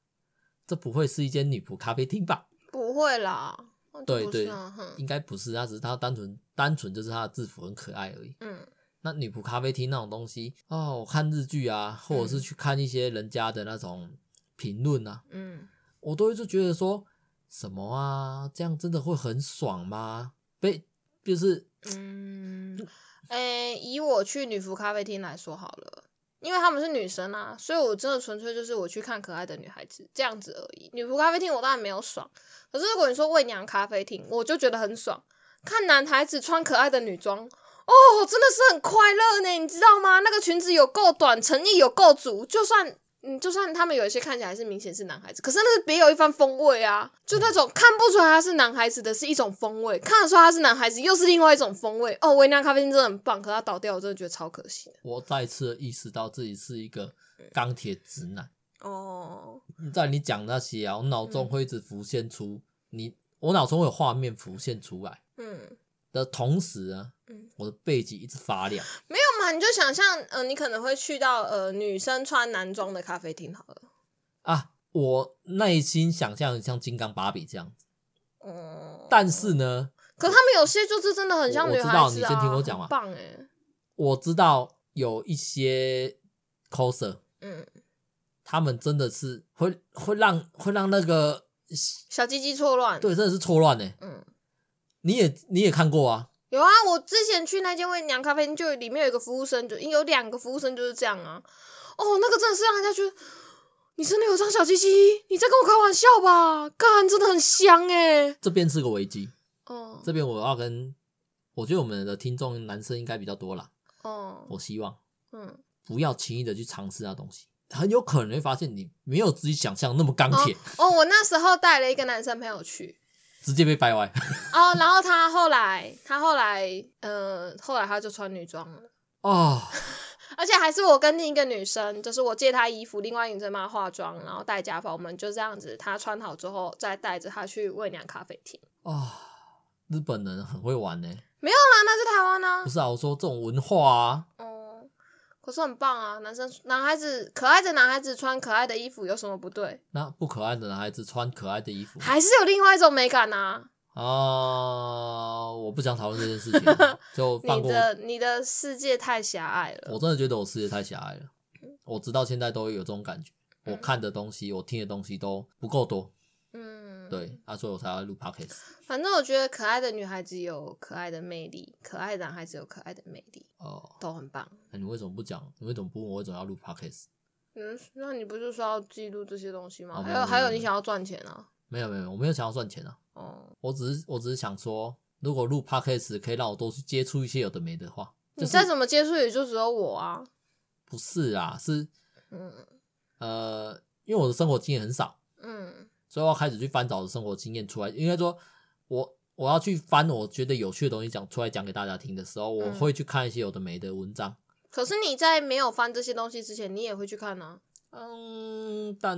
这不会是一间女仆咖啡厅吧？
不会啦，那就
对
不
对
是啊哼
应该不是，那只是它单纯单纯就是它的制服很可爱而已。
嗯
那女仆咖啡厅那种东西哦，我看日剧啊，或者是去看一些人家的那种评论啊，
嗯
我都会就觉得说什么啊，这样真的会很爽吗？被就是
嗯，诶、以我去女仆咖啡厅来说好了。因为他们是女生啊，所以我真的纯粹就是我去看可爱的女孩子这样子而已。女仆咖啡厅我当然没有爽，可是如果你说喂娘咖啡厅，我就觉得很爽。看男孩子穿可爱的女装，哦，真的是很快乐呢，你知道吗？那个裙子有够短，诚意有够足，就算嗯，就算他们有一些看起来是明显是男孩子，可是那个别有一番风味啊，就那
嗯
种看不出来他是男孩子的是一种风味，看得出来他是男孩子又是另外一种风味。哦，维纳咖啡厅真的很棒，可他倒掉，我真的觉得超可惜的。
我再次意识到自己是一个钢铁直男。
哦，
在你讲那些啊，我脑
嗯
中会一直浮现出、你，我脑中会有画面浮现出来
嗯，
的同时呢，
嗯
我的背脊一直发亮。
没有嘛，你就想象，呃，你可能会去到呃女生穿男装的咖啡厅好了。
啊，我内心想象像金刚芭比这样子，
哦、
但是呢，
可他们有些就是真的很像
我
女
我知
孩
道
子
你
啊，
先听我讲嘛
很棒哎、
我知道有一些 coser，
嗯，
他们真的是会会让会让那个
小鸡鸡错乱，，
对，真的是错乱呢。
嗯，
你也你也看过啊，
有啊，我之前去那间味娘咖啡厅，就里面有一个服务生，就有两个服务生就是这样啊。哦，那个真的是让人家觉得，你真的有张小鸡鸡？你在跟我开玩笑吧？干，真的很香哎、
这边是个危机，
哦
这边我要跟，我觉得我们的听众男生应该比较多啦，
哦，
我希望
嗯，
不要轻易的去尝试那东西，很有可能会发现你没有自己想象那么钢铁，
哦，我那时候带了一个男生朋友去，
直接被掰歪。
哦，然后他后来，他后来，呃，后来他就穿女装了。
哦，
而且还是我跟另一个女生，就是我借她衣服，另外一个女生帮她化妆，然后戴假发，我们就这样子，她穿好之后再带着她去喂娘咖啡厅。
啊、日本人很会玩呢、
当然那是台湾呢
不、是啊，我说这种文化啊，
哦，可是很棒啊，男生男孩子可爱的男孩子穿可爱的衣服有什么不对？
那不可爱的男孩子穿可爱的衣服
还是有另外一种美感啊！
啊、我不想讨论这件事 情了，就放
你
过。
的你的世界太狭隘了。
我真的觉得我世界太狭隘了，我直到现在都有这种感觉。我看的东西，我听的东西都不够多，
嗯，，
对，啊，所以我才要录 podcast。
反正我觉得可爱的女孩子有可爱的魅力，可爱的男孩子有可爱的魅力，
哦，
都很棒。
那你为什么不讲？你为什么不问我为什么要录 podcast？
嗯，那你不是说要记录这些东西吗？
哦
还
没有
有还有，
没有
你想要赚钱啊？
没有没有，我没有想要赚钱啊，
哦，
我只是我只是想说，如果录 podcast 可以让我多去接触一些有的没的话，
你再怎么接触也就只有我啊。
不是啊，是
嗯
呃，因为我的生活经验很少，
嗯
所以我要开始去翻找我的生活经验出来。应该说，我我要去翻我觉得有趣的东西讲出来讲给大家听的时候，我
嗯
会去看一些有的没的文章。
可是你在没有翻这些东西之前，你也会去看啊。
嗯，但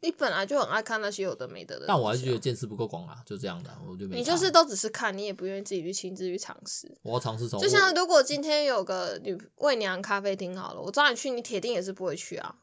你本来就很爱看那些有的没的的东西啊、
但我还是觉得见识不够广啊，就这样的啊，我就没差。
你就是都只是看，你也不愿意自己去亲自去尝试。
我要尝试从
就像如果今天有个女媚娘咖啡厅好了，我找你去，你铁定也是不会去啊。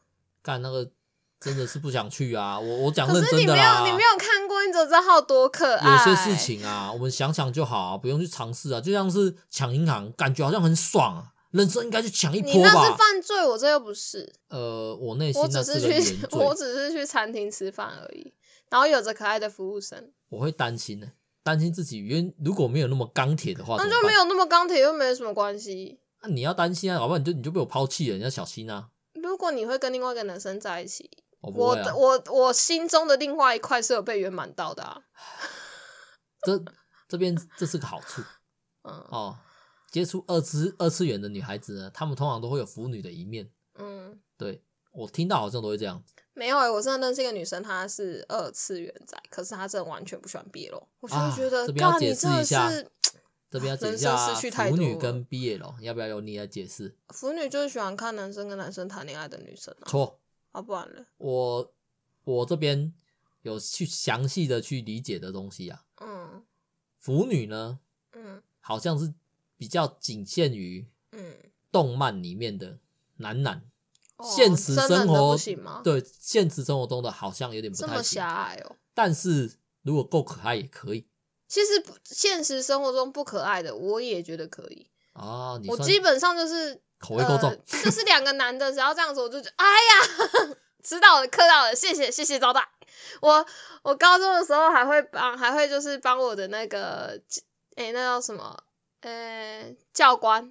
干那个，真的是不想去啊！我我讲
可
认
是
真
你
的
没有
啦。
你没有看过，你只知道它有哎多可爱。
有些事，情啊，我们想想就好、啊，不用去尝试啊。就像是抢银行，感觉好像很爽啊，人生应该去抢一
你
波
那
吧。
是犯罪，我这又不是。
呃，我内心
我
那
只
是
是
个原罪
去，，我只是去餐厅吃饭而已，然后有着可爱的服务生，
我会担心呢、担心自己原如果没有那么钢铁的话，
那
怎么
就
办
没。有那么钢铁，又没有什么关系。
那、你要担心啊，搞不好你就你就被我抛弃了，你要小心啊！
如果你会跟另外一个男生在一起，
我不
我
会啊
的，我我心中的另外一块是有被圆满到的啊。
这这边这是个好处
嗯
哦。接触二次二次元的女孩子呢，她们通常都会有腐女的一面。
嗯，
对我听到好像都会这样子
没有哎、我真的认识一个女生，她是二次元仔，可是她真的完全不喜欢 BL，我就
啊。
觉得，
这边要
干
解
你
释
真的
一下
是，
这边要解释一
人
下
生失去太
腐
多
女
了
跟 BL，要不要由你来解释？
腐女就是喜欢看男生跟男生谈恋爱的女生啊，
错，
啊不然了，
我我这边有去详细的去理解的东西啊。
嗯
腐女呢，
嗯
好像是比较仅限于
嗯，
动漫里面的男男，
哦
现实
真人
生
的
活
不行吗？
对现实生活中的好像有点不
这
太
么
行
狭。隘哦。
但是如果够可爱也可以
其实不现实生活中不可爱的，我也觉得可以。
啊。你
我
算
基本上就是
口味够重
呃，就是两个男的，只要这样子，我就觉得哎呀， 知道了，磕到了，谢谢谢谢招待。我我高中的时候还会帮，还会就是帮我的那个，哎、那叫什么？呃、教官，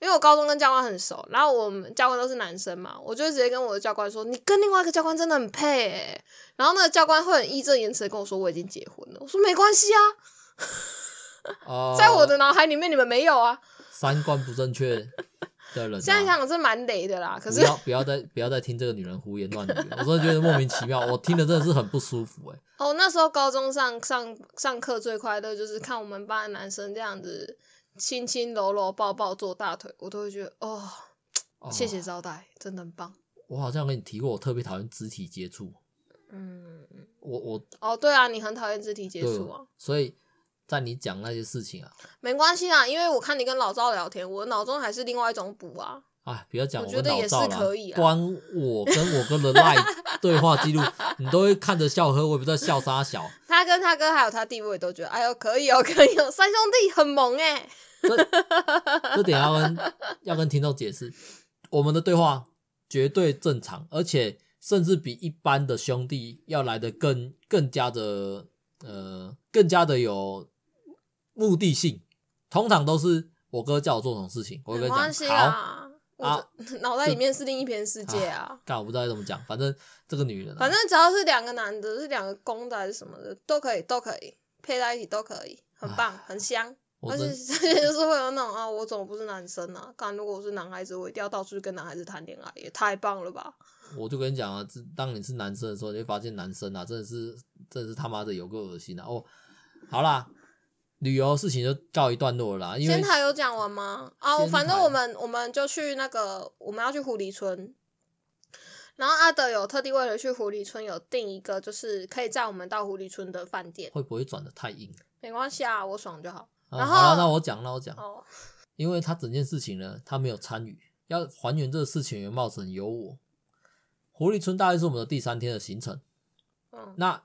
因为我高中跟教官很熟，然后我们教官都是男生嘛，我就直接跟我的教官说，你跟另外一个教官真的很配、欸。然后那个教官会很义正言辞的跟我说我已经结婚了，我说没关系啊，
啊，
呃在我的脑海里面你们没有啊。
三观不正确，的人、啊，
现在想想是蛮雷的啦。可
不
是
要不要再不要再听这个女人胡言乱语了，我真的觉得莫名其妙，我听的真的是很不舒服哎、
哦，那时候高中上上上课最快乐就是看我们班的男生这样子亲亲揉揉抱抱做大腿，我都会觉得哦，
哦
谢谢招待，真的很棒。
我好像跟你提过，我特别讨厌肢体接触，
嗯，
我我
哦，对啊，你很讨厌肢体接
对
触啊。
所以在你讲那些事情啊，
没关系啦，因为我看你跟老赵聊天，我脑中还是另外一种补啊。
哎，不要讲
我觉
跟
得
老
也
赵
是
啦
可以啊
光我跟我哥 的赖对话记录，你都会看着笑呵，我也不知道笑啥小。
他跟他哥还有他弟，我也都觉得，哎呦，可以哦，可以哦，三兄弟很萌哎、
这点要跟要跟听众解释，我们的对话绝对正常，而且甚至比一般的兄弟要来的更更加的呃更加的有目的性。通常都是我哥叫我做什么事情，我会
没
跟
关
他
系
讲好，
啦。
啊
我的 脑袋里面是另一片世界啊，
但我不知道该怎么讲，反正这个女人、啊，
反正只要是两个男的，是两个公的还是什么的，都可以，都可以配在一起，都可以，很棒，很香。
我
而且
真
而且就是会有那种啊，我怎么不是男生呢、啊？干，如果我是男孩子，我一定要到处去跟男孩子谈恋爱，也太棒了吧！
我就跟你讲啊，这当你是男生的时候，你会发现男生啊，真的是真的是他妈的有够恶心的、啊、哦。好啦，旅游事情就告一段落了啦，因为
仙台有讲完吗？
仙
啊，我
台
反正我们我们就去那个，我们要去狐狸村。然后阿德有特地为了去狐狸村有订一个，就是可以载我们到狐狸村的饭店，
会不会转的太硬？
没关系啊，我爽就好。
啊、
然后
好了，那我讲，那我讲，
哦，
因为他整件事情呢，他没有参与，要还原这个事情的原貌只能由我。狐狸村大概是我们的第三天的行程。
嗯，
那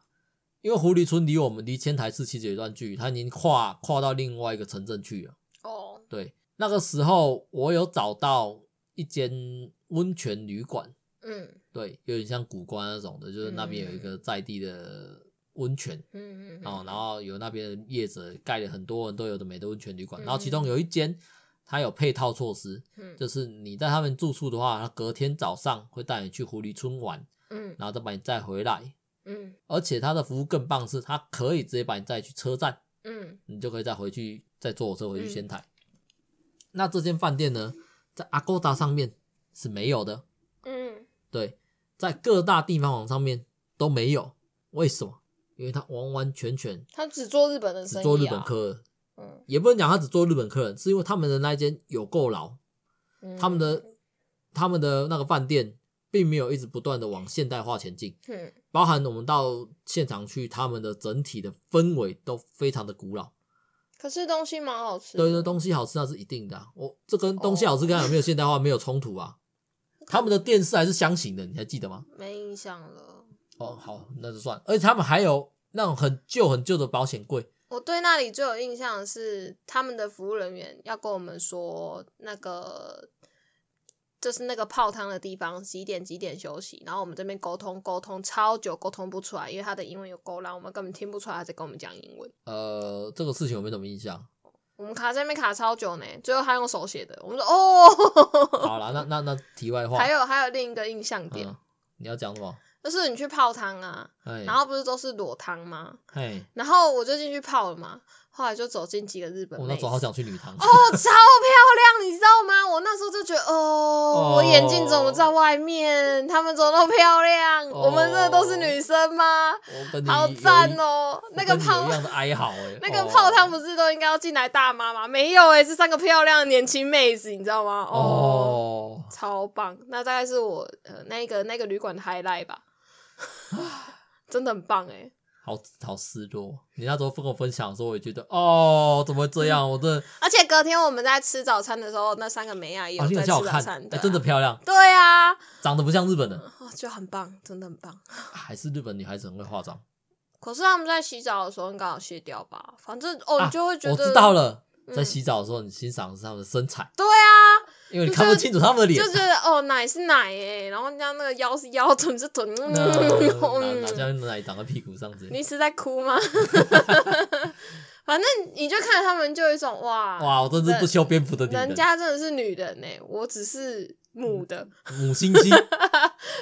因为狐狸村离我们离千台市其实有一段距离，它已经跨跨到另外一个城镇去了。
哦，
对，那个时候我有找到一间温泉旅馆，
嗯
对，有点像古关那种的，就是那边有一个在地的温泉。
嗯嗯，
哦，然
后
后有那边的业者盖了很多人都有的美的温泉旅馆，
嗯
然后其中有一间它有配套措施，
嗯
就是你在他们住宿的话，他隔天早上会带你去狐狸村玩，
嗯
然后再把你载回来。
嗯
而且它的服务更棒是，它可以直接把你载去车站，
嗯
你就可以再回去再坐火车回去
嗯
仙台。那这间饭店呢，在 Agoda 上面是没有的，
嗯，
对，在各大地方网上面都没有，为什么？因为它完完全全
他只做日本的
只
生意、啊，
做日本客人。
嗯，
也不能讲他只做日本客人，是因为他们的那一间有够老，
嗯，
他们的他们的那个饭店并没有一直不断的往现代化前进，
嗯
包含我们到现场去，他们的整体的氛围都非常的古老。
可是东西蛮好吃的，
对对，东西好吃那是一定的啊、我这跟东西好吃跟它有没有现代化没有冲突啊。
哦
他们的电视还是箱型的，你还记得吗？
没印象了。
哦，好，那就算了。而且他们还有那种很旧很旧的保险柜，
我对那里最有印象的是他们的服务人员要跟我们说那个。就是那个泡汤的地方，几点几点休息，然后我们这边沟通沟通超久，沟通不出来，因为他的英文有够烂，我们根本听不出来他在跟我们讲英文。
呃，这个事情我没怎么印 象。
我们卡在那边卡超久呢，最后他用手写的，我们说哦。
好啦，那那那题外话，
还有还有另一个印象点，
嗯，你要讲什么？
就是你去泡汤啊，
哎，
然后不是都是裸汤吗？
嘿，
然后我就进去泡了嘛，后来就走进几个日本
我那
妹
时候好
子，
想去女堂。
哦，超漂亮，你知道吗？我那时候就觉得，哦，我眼睛怎么在外面？她们怎么那么漂亮？
哦
我们这都是女生吗？
我跟你
好
有一
赞哦！
我
那
跟
个
你
泡
有一样的哀嚎哎、
那个泡汤不
哦
是都应该要进来大妈吗？没有哎、是三个漂亮的年轻妹子，你知道吗？哦，
哦，
超棒！那大概是我呃那个那个旅馆的 highlight 吧， 真的很棒哎、
好好失落。你那时候跟我分享的时候，我也觉得哦，怎么会这 样？我真的
而且隔天我们在吃早餐的时候，那三个美亚也
啊，
有
你
在
有
吃
叫我
早
看，
餐，
哎、真的
对啊
漂亮，
对啊，
长得不像日本人，啊
哦就很棒，真的很棒。
还是日本女孩子很会化妆
可是他们在洗澡的时候，你刚好卸掉吧，反正哦，
啊
你就会觉得、
我知道，了。
嗯
在洗澡的时候，你欣赏的是他们的身材，
对啊，
因为你看不清楚他们的脸
就。觉得哦奶是奶哎、然后人家那个腰是腰，臀是臀，嗯
那哪哪
嗯
家哪里长在屁股上之类的？
你是在哭吗？ 反正你就看他们就有一种哇
哇，我真是不修边幅的嗯女
人家真的是女人哎、我只是母的，
母星星，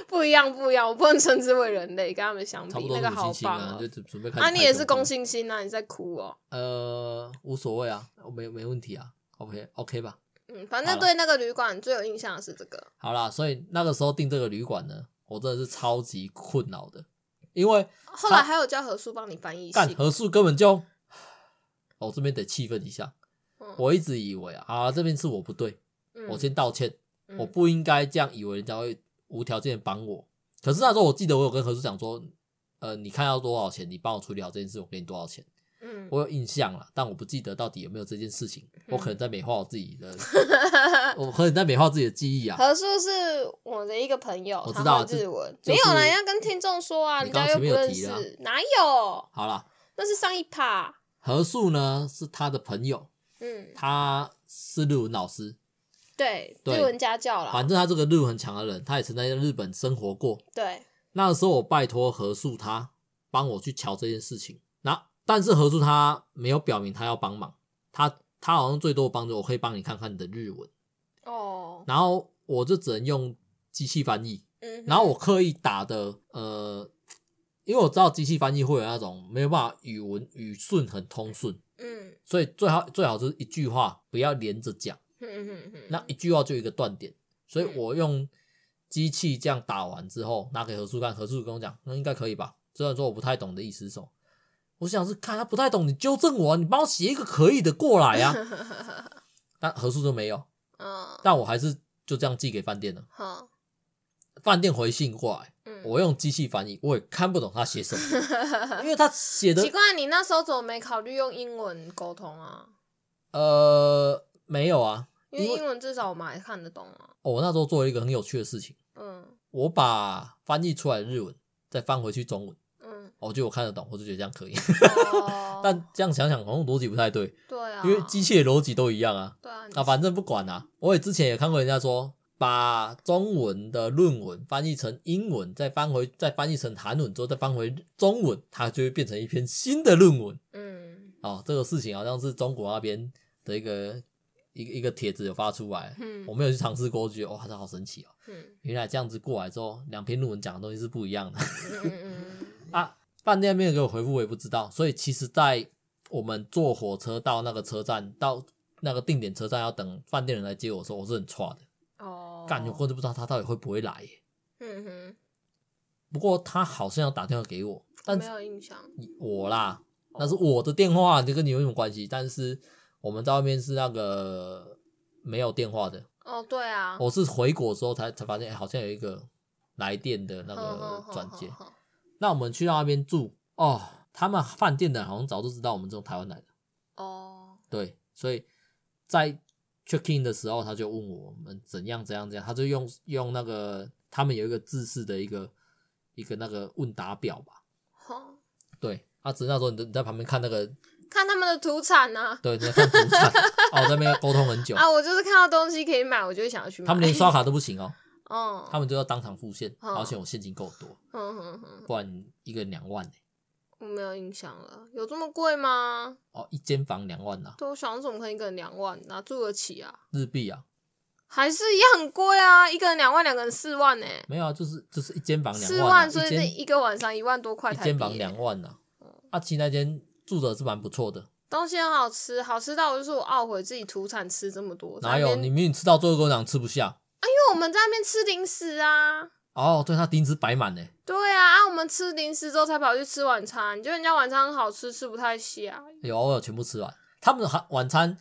不一样不一样，我不能称之为人类，跟他们相
差不
比
多
那个
母
好
星星
棒
啊，
哦、
就准准备开始
啊，
拍
你也
胸
是
部
公星星啊，你在哭哦、
呃，无所谓啊，我没没问题啊，OK OK 吧？
嗯，反
好
正
了
对那个旅馆最有印象的是这个，
好啦，所以那个时候订这个旅馆呢，我真的是超级困扰的，因为
后来还有叫何叔帮你翻译
干
信，
合宿根本就，我、这边得气愤一下。
嗯
我一直以为啊，啊这边是我不对，
嗯
我先道歉，
嗯
我不应该这样以为人家会无条件地帮我。可是那时候我记得我有跟何叔讲说，呃，你看要多少钱，你帮我处理好这件事，我给你多少钱。
嗯，
我有印象了，但我不记得到底有没有这件事情。我可能在美化我自己 的，我可能在美化自己的记忆啊。
何叔是我的一个朋友，
我
他
知道啊
会日文，
这
没有
就是
啦，要跟听众说啊，
你
人
刚
家
刚前面
又不
有
认
提了啊
识，哪有？
好啦，
那是上一趴，
何树呢是他的朋友，
嗯，
他是日文老师，
对，日
对
文家教啦，
反正他这个日文很强的人，他也曾在日本生活过。
对，
那时候我拜托何树他帮我去瞧这件事情，那但是何树他没有表明他要帮忙，他他好像最多帮着我可以帮你看看你的日文，
哦，
然后我就只能用机器翻译，
嗯哼，
然后我刻意打的呃，因为我知道机器翻译会有那种没有办法语文语顺很通顺，
嗯
所以最好最好就是一句话不要连着讲。
嗯嗯嗯，
那一句话就一个断点，所以我用机器这样打完之后，拿给何叔看，何叔跟我讲，那应该可以吧？虽然说我不太懂你的意思是什么，我想是看他不太懂，你纠正我啊，你帮我写一个可以的过来 啊。但何叔就没有，
嗯，
但我还是就这样寄给饭店了。
好，
饭店回信过来，
嗯，
我用机器翻译，我也看不懂他写什么， 因为他写的
奇怪，你那时候怎么没考虑用英文沟通啊？
呃没有啊。
因为
因为
英文至少我们还看得懂啊。
哦我那时候做了一个很有趣的事情，
嗯
我把翻译出来的日文再翻回去中文。
嗯，
我觉得我看得懂，我哦就觉得这样可以。
哦
但这样想想，好像逻辑不太对，
对啊，
因为机械逻辑都一样啊。
对啊，你
啊，反正不管啦、我也之前也看过人家说，把中文的论文翻译成英文，再翻回再翻译成韩文之后，再翻回中文，它就会变成一篇新的论文。
嗯
哦，这个事情好像是中国那边的一个一个一个帖子有发出来，
嗯
我没有去尝试过，我觉得哇，这好神奇哦！
嗯
原来这样子过来之后，两篇论文讲的东西是不一样的。
嗯嗯嗯
啊，饭店没有给我回复，我也不知道。所以其实，在我们坐火车到那个车站，到那个定点车站要等饭店人来接我的时候，我是很差的，
嗯，哦，
干，我根本就不知道他到底会不会来耶。
嗯哼，
不过他好像要打电话给我，
我
但
没
是
有印象，
我啦，那是我的电话，这跟你有什么关系？但是我们在外面是那个没有电话的，
哦，对啊，
我是回国之后才才发现、哎好像有一个来电的那
哼
个
哼哼
转
哼
接。
哼
那我们去到那边住哦，他们饭店的人好像早就知道我们这种台湾来的，
哦，
对，所以在 check in 的时候，他就问我们怎样怎样怎样，他就用用那个他们有一个自式的一个一个那个问答表吧，
哼
对，啊，只是那时候你在你在旁边看那个，
看他们的土产啊。
对，你在 看图产，哦，在那边沟通很久，
啊，我就是看到东西可以买，我就会想要去买。
他们连刷，卡都不行哦，
嗯，
他们就要当场付现，
哦
好险我现金够多，
嗯哼哼，
不然一个人两万、欸、
我没有印象了，有这么贵吗？
哦，一间房两万呐、
对，我想怎么可能一个人两万，哪住得起啊？
日币啊，
还是一样很贵啊，一个人两万，两个人四万呢、
没有啊，就是就是一间房两
四
万、啊，
万，所以
一
这
间
一个晚上一万多块
一
台币、嗯
间房两万呐、啊。阿奇那间住的是蛮不错的，
东西很好吃，好吃到我就说我懊悔自己土产吃这么多。
哪
在
有
那边
你明明吃到最后跟我讲吃不下？
因为我们在那边吃零食啊，
哦，对，他钉子摆满呢。
对啊，啊，我们吃零食之后才跑去吃晚餐，就人家晚餐很好吃，吃不太下，啊
有我有全部吃完。他们还晚餐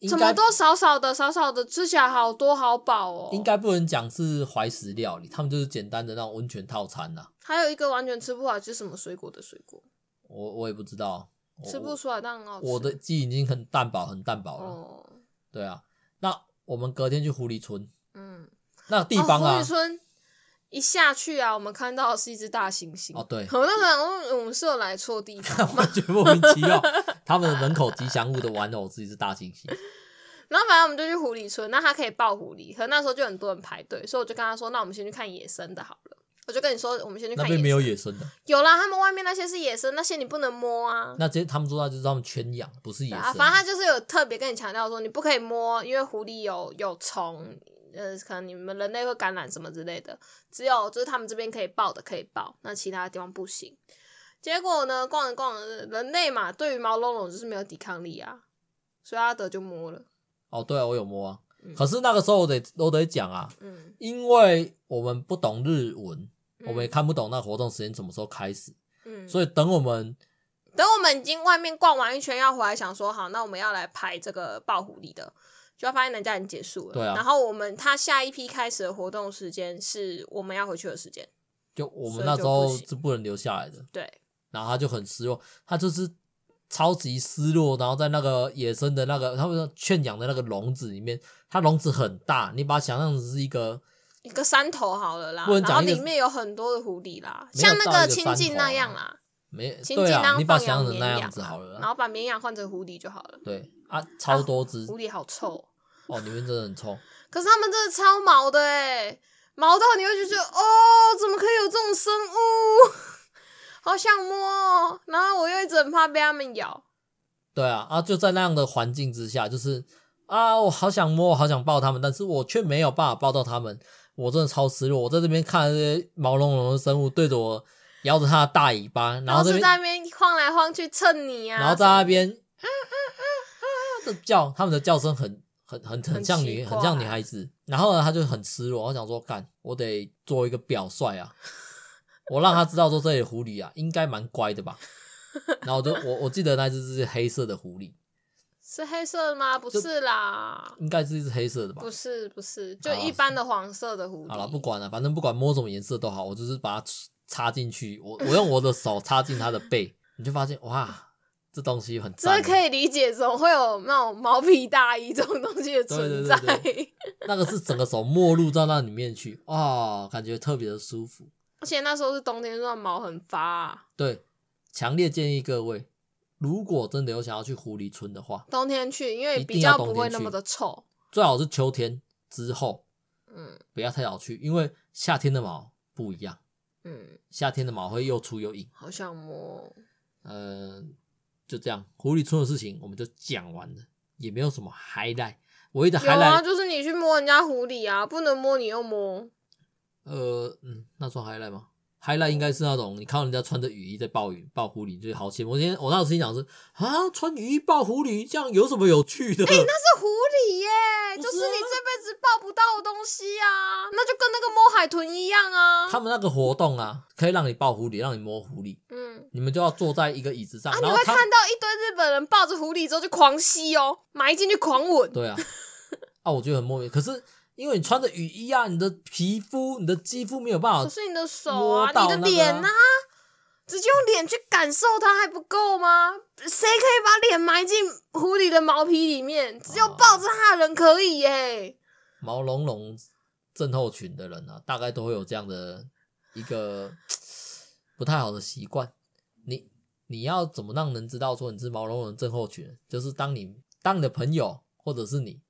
应
怎
该
么都少少的，少少的，吃起来好多好饱哦。
应该不能讲是怀石料理，他们就是简单的那种温泉套餐呐。
还有一个完全吃不来，就是什么水果的水果，
我我也不知道，我
吃不出来，但很好吃。
我的记忆已经很淡薄，很淡薄了。
哦，
对啊，那我们隔天去狐狸村
嗯，
那个地方
哦、
啊
胡宇，村一下去啊，我们看到的是一只大猩猩。
哦对，
我那时候想嗯我们是有来错地方
我觉得莫名其妙，他们的门口吉祥物的玩偶自己是大猩 猩。
然后反正我们就去狐狸村，那他可以抱狐狸，可那时候就很多人排队，所以我就跟他说，那我们先去看野生的好了。我就跟你说，我们先去
那
看
边没有
野生。
野生的，
有啦，他们外面那些是野生，那些你不能摸啊。
那这些他们说那就是他们圈养，不是野
对
生。
啊，反正他就是有特别跟你强调说，你不可以摸，因为狐狸有有虫，呃，可能你们人类会感染什么之类的。只有就是他们这边可以抱的可以抱，那其他地方不行。结果呢，逛着逛着，人类嘛，对于毛茸茸就是没有抵抗力啊，所以阿德就摸了。
哦，对啊，我有摸啊，
嗯
可是那个时候我得我得讲啊，
嗯
因为我们不懂日文，
嗯
我们也看不懂那活动时间什么时候开始，
嗯，
所以等我们
等我们已经外面逛完一圈要回来，想说好，那我们要来排这个抱狐狸的，就要发现人家已经结束了。
对啊
然后我们他下一批开始的活动时间是我们要回去的时间。
就我
所
们
以
那
就
时候
不行
是不能留下来的，
对，
然后他就很失落，他就是超级失落，然后在那个野生的那个他们说圈养的那个笼子里面，它笼子很大，你把它想象成是一个
一个山头好了啦
不，能
然
讲
后
一个
里面有很多的狐狸啦，
没有
像那
到一
个
个
清境
山头啊
那样啦，
没
清
对
境
啊，
那
你
样
把它
放
想象
养
成
绵
那
羊啊
样子
啦
好了
然
啦，
后把绵羊换成狐狸就好了。
对啊，超多只、
狐狸好臭，
哦，里面真的很臭，
可是它们真的超毛的哎、毛到你会就觉得哦，怎么可以有这种生物？ 好想摸哦，然后我又一直很怕被它们咬。
对啊啊，就在那样的环境之下，就是啊，我好想摸，好想抱它们，但是我却没有办法抱到它们，我真的超失落。我在这边看这些毛茸茸的生物对着我摇着它的大尾巴，然
然
后
后
这
是
边
在那边晃来晃去蹭你啊，
然后在那边啊的叫，他们的叫声很很很很像女，
很奇怪
很像女孩子。然后呢，他就很失落，我想说，干，我得做一个表率啊，我让他知道说这里的狐狸啊，应该蛮乖的吧。然后我就我我记得那只是黑色的狐狸，
是黑色的吗？不是啦，
应该是一只黑色的吧
不？是不是，就
好啦
一般的黄色的狐狸。
好了，不管了，反正不管摸什么颜色都好，我就是把它插进去，我我用我的手插进它的背，你就发现哇，这东西很赞
这
啊。
可以理解，总会有那种毛皮大衣这种东西的存在。
对对那个是整个手没入到那里面去，哦，感觉特别的舒服。
而且那时候是冬天，那毛很发、啊，
对，强烈建议各位，如果真的有想要去狐狸村的话，
冬天去，因为
一
比
定要
较
冬
不
天
会那
去
么的臭。
最好是秋天之后，
嗯
不要太早去，因为夏天的毛不一样，
嗯，
夏天的毛会又粗又硬。
好想摸。
嗯、就这样，狐狸村的事情我们就讲完了，也没有什么 highlight。唯一的
有啊，
highlight，、
就是你去摸人家狐狸啊，不能摸你又摸。
呃，嗯，那算 highlight 吗？highlight 应该是那种你看到人家穿着雨衣在暴雨暴狐狸，你就好羡慕。我今天我那时候心想是啊，穿雨衣暴狐狸，这样有什么有趣的？
是狐狸耶，
不
就是是
啊
你这辈子抱不到的东西啊，那就跟那个摸海豚一样啊。
他们那个活动啊，可以让你抱狐狸，让你摸狐狸，
嗯，
你们就要坐在一个椅子上，
啊，你
然后
会
他
看到一堆日本人抱着狐狸之后就狂吸哦，埋进去狂吻。
对啊，啊，我觉得很莫名。可是因为你穿着雨衣啊，你的皮肤、你的肌肤没有办
可
法，
是你的手
哦摸
啊，
到
你的
那个啊
脸啊，直接用脸去感受它还不够吗？谁可以把脸埋进狐狸的毛皮里面？只有
啊
抱着它的人可以耶、
毛茸茸症候群的人啊，大概都会有这样的一个不太好的习惯。你你要怎么让人知道说你是毛茸茸症候群？就是当你当你的朋友或者是你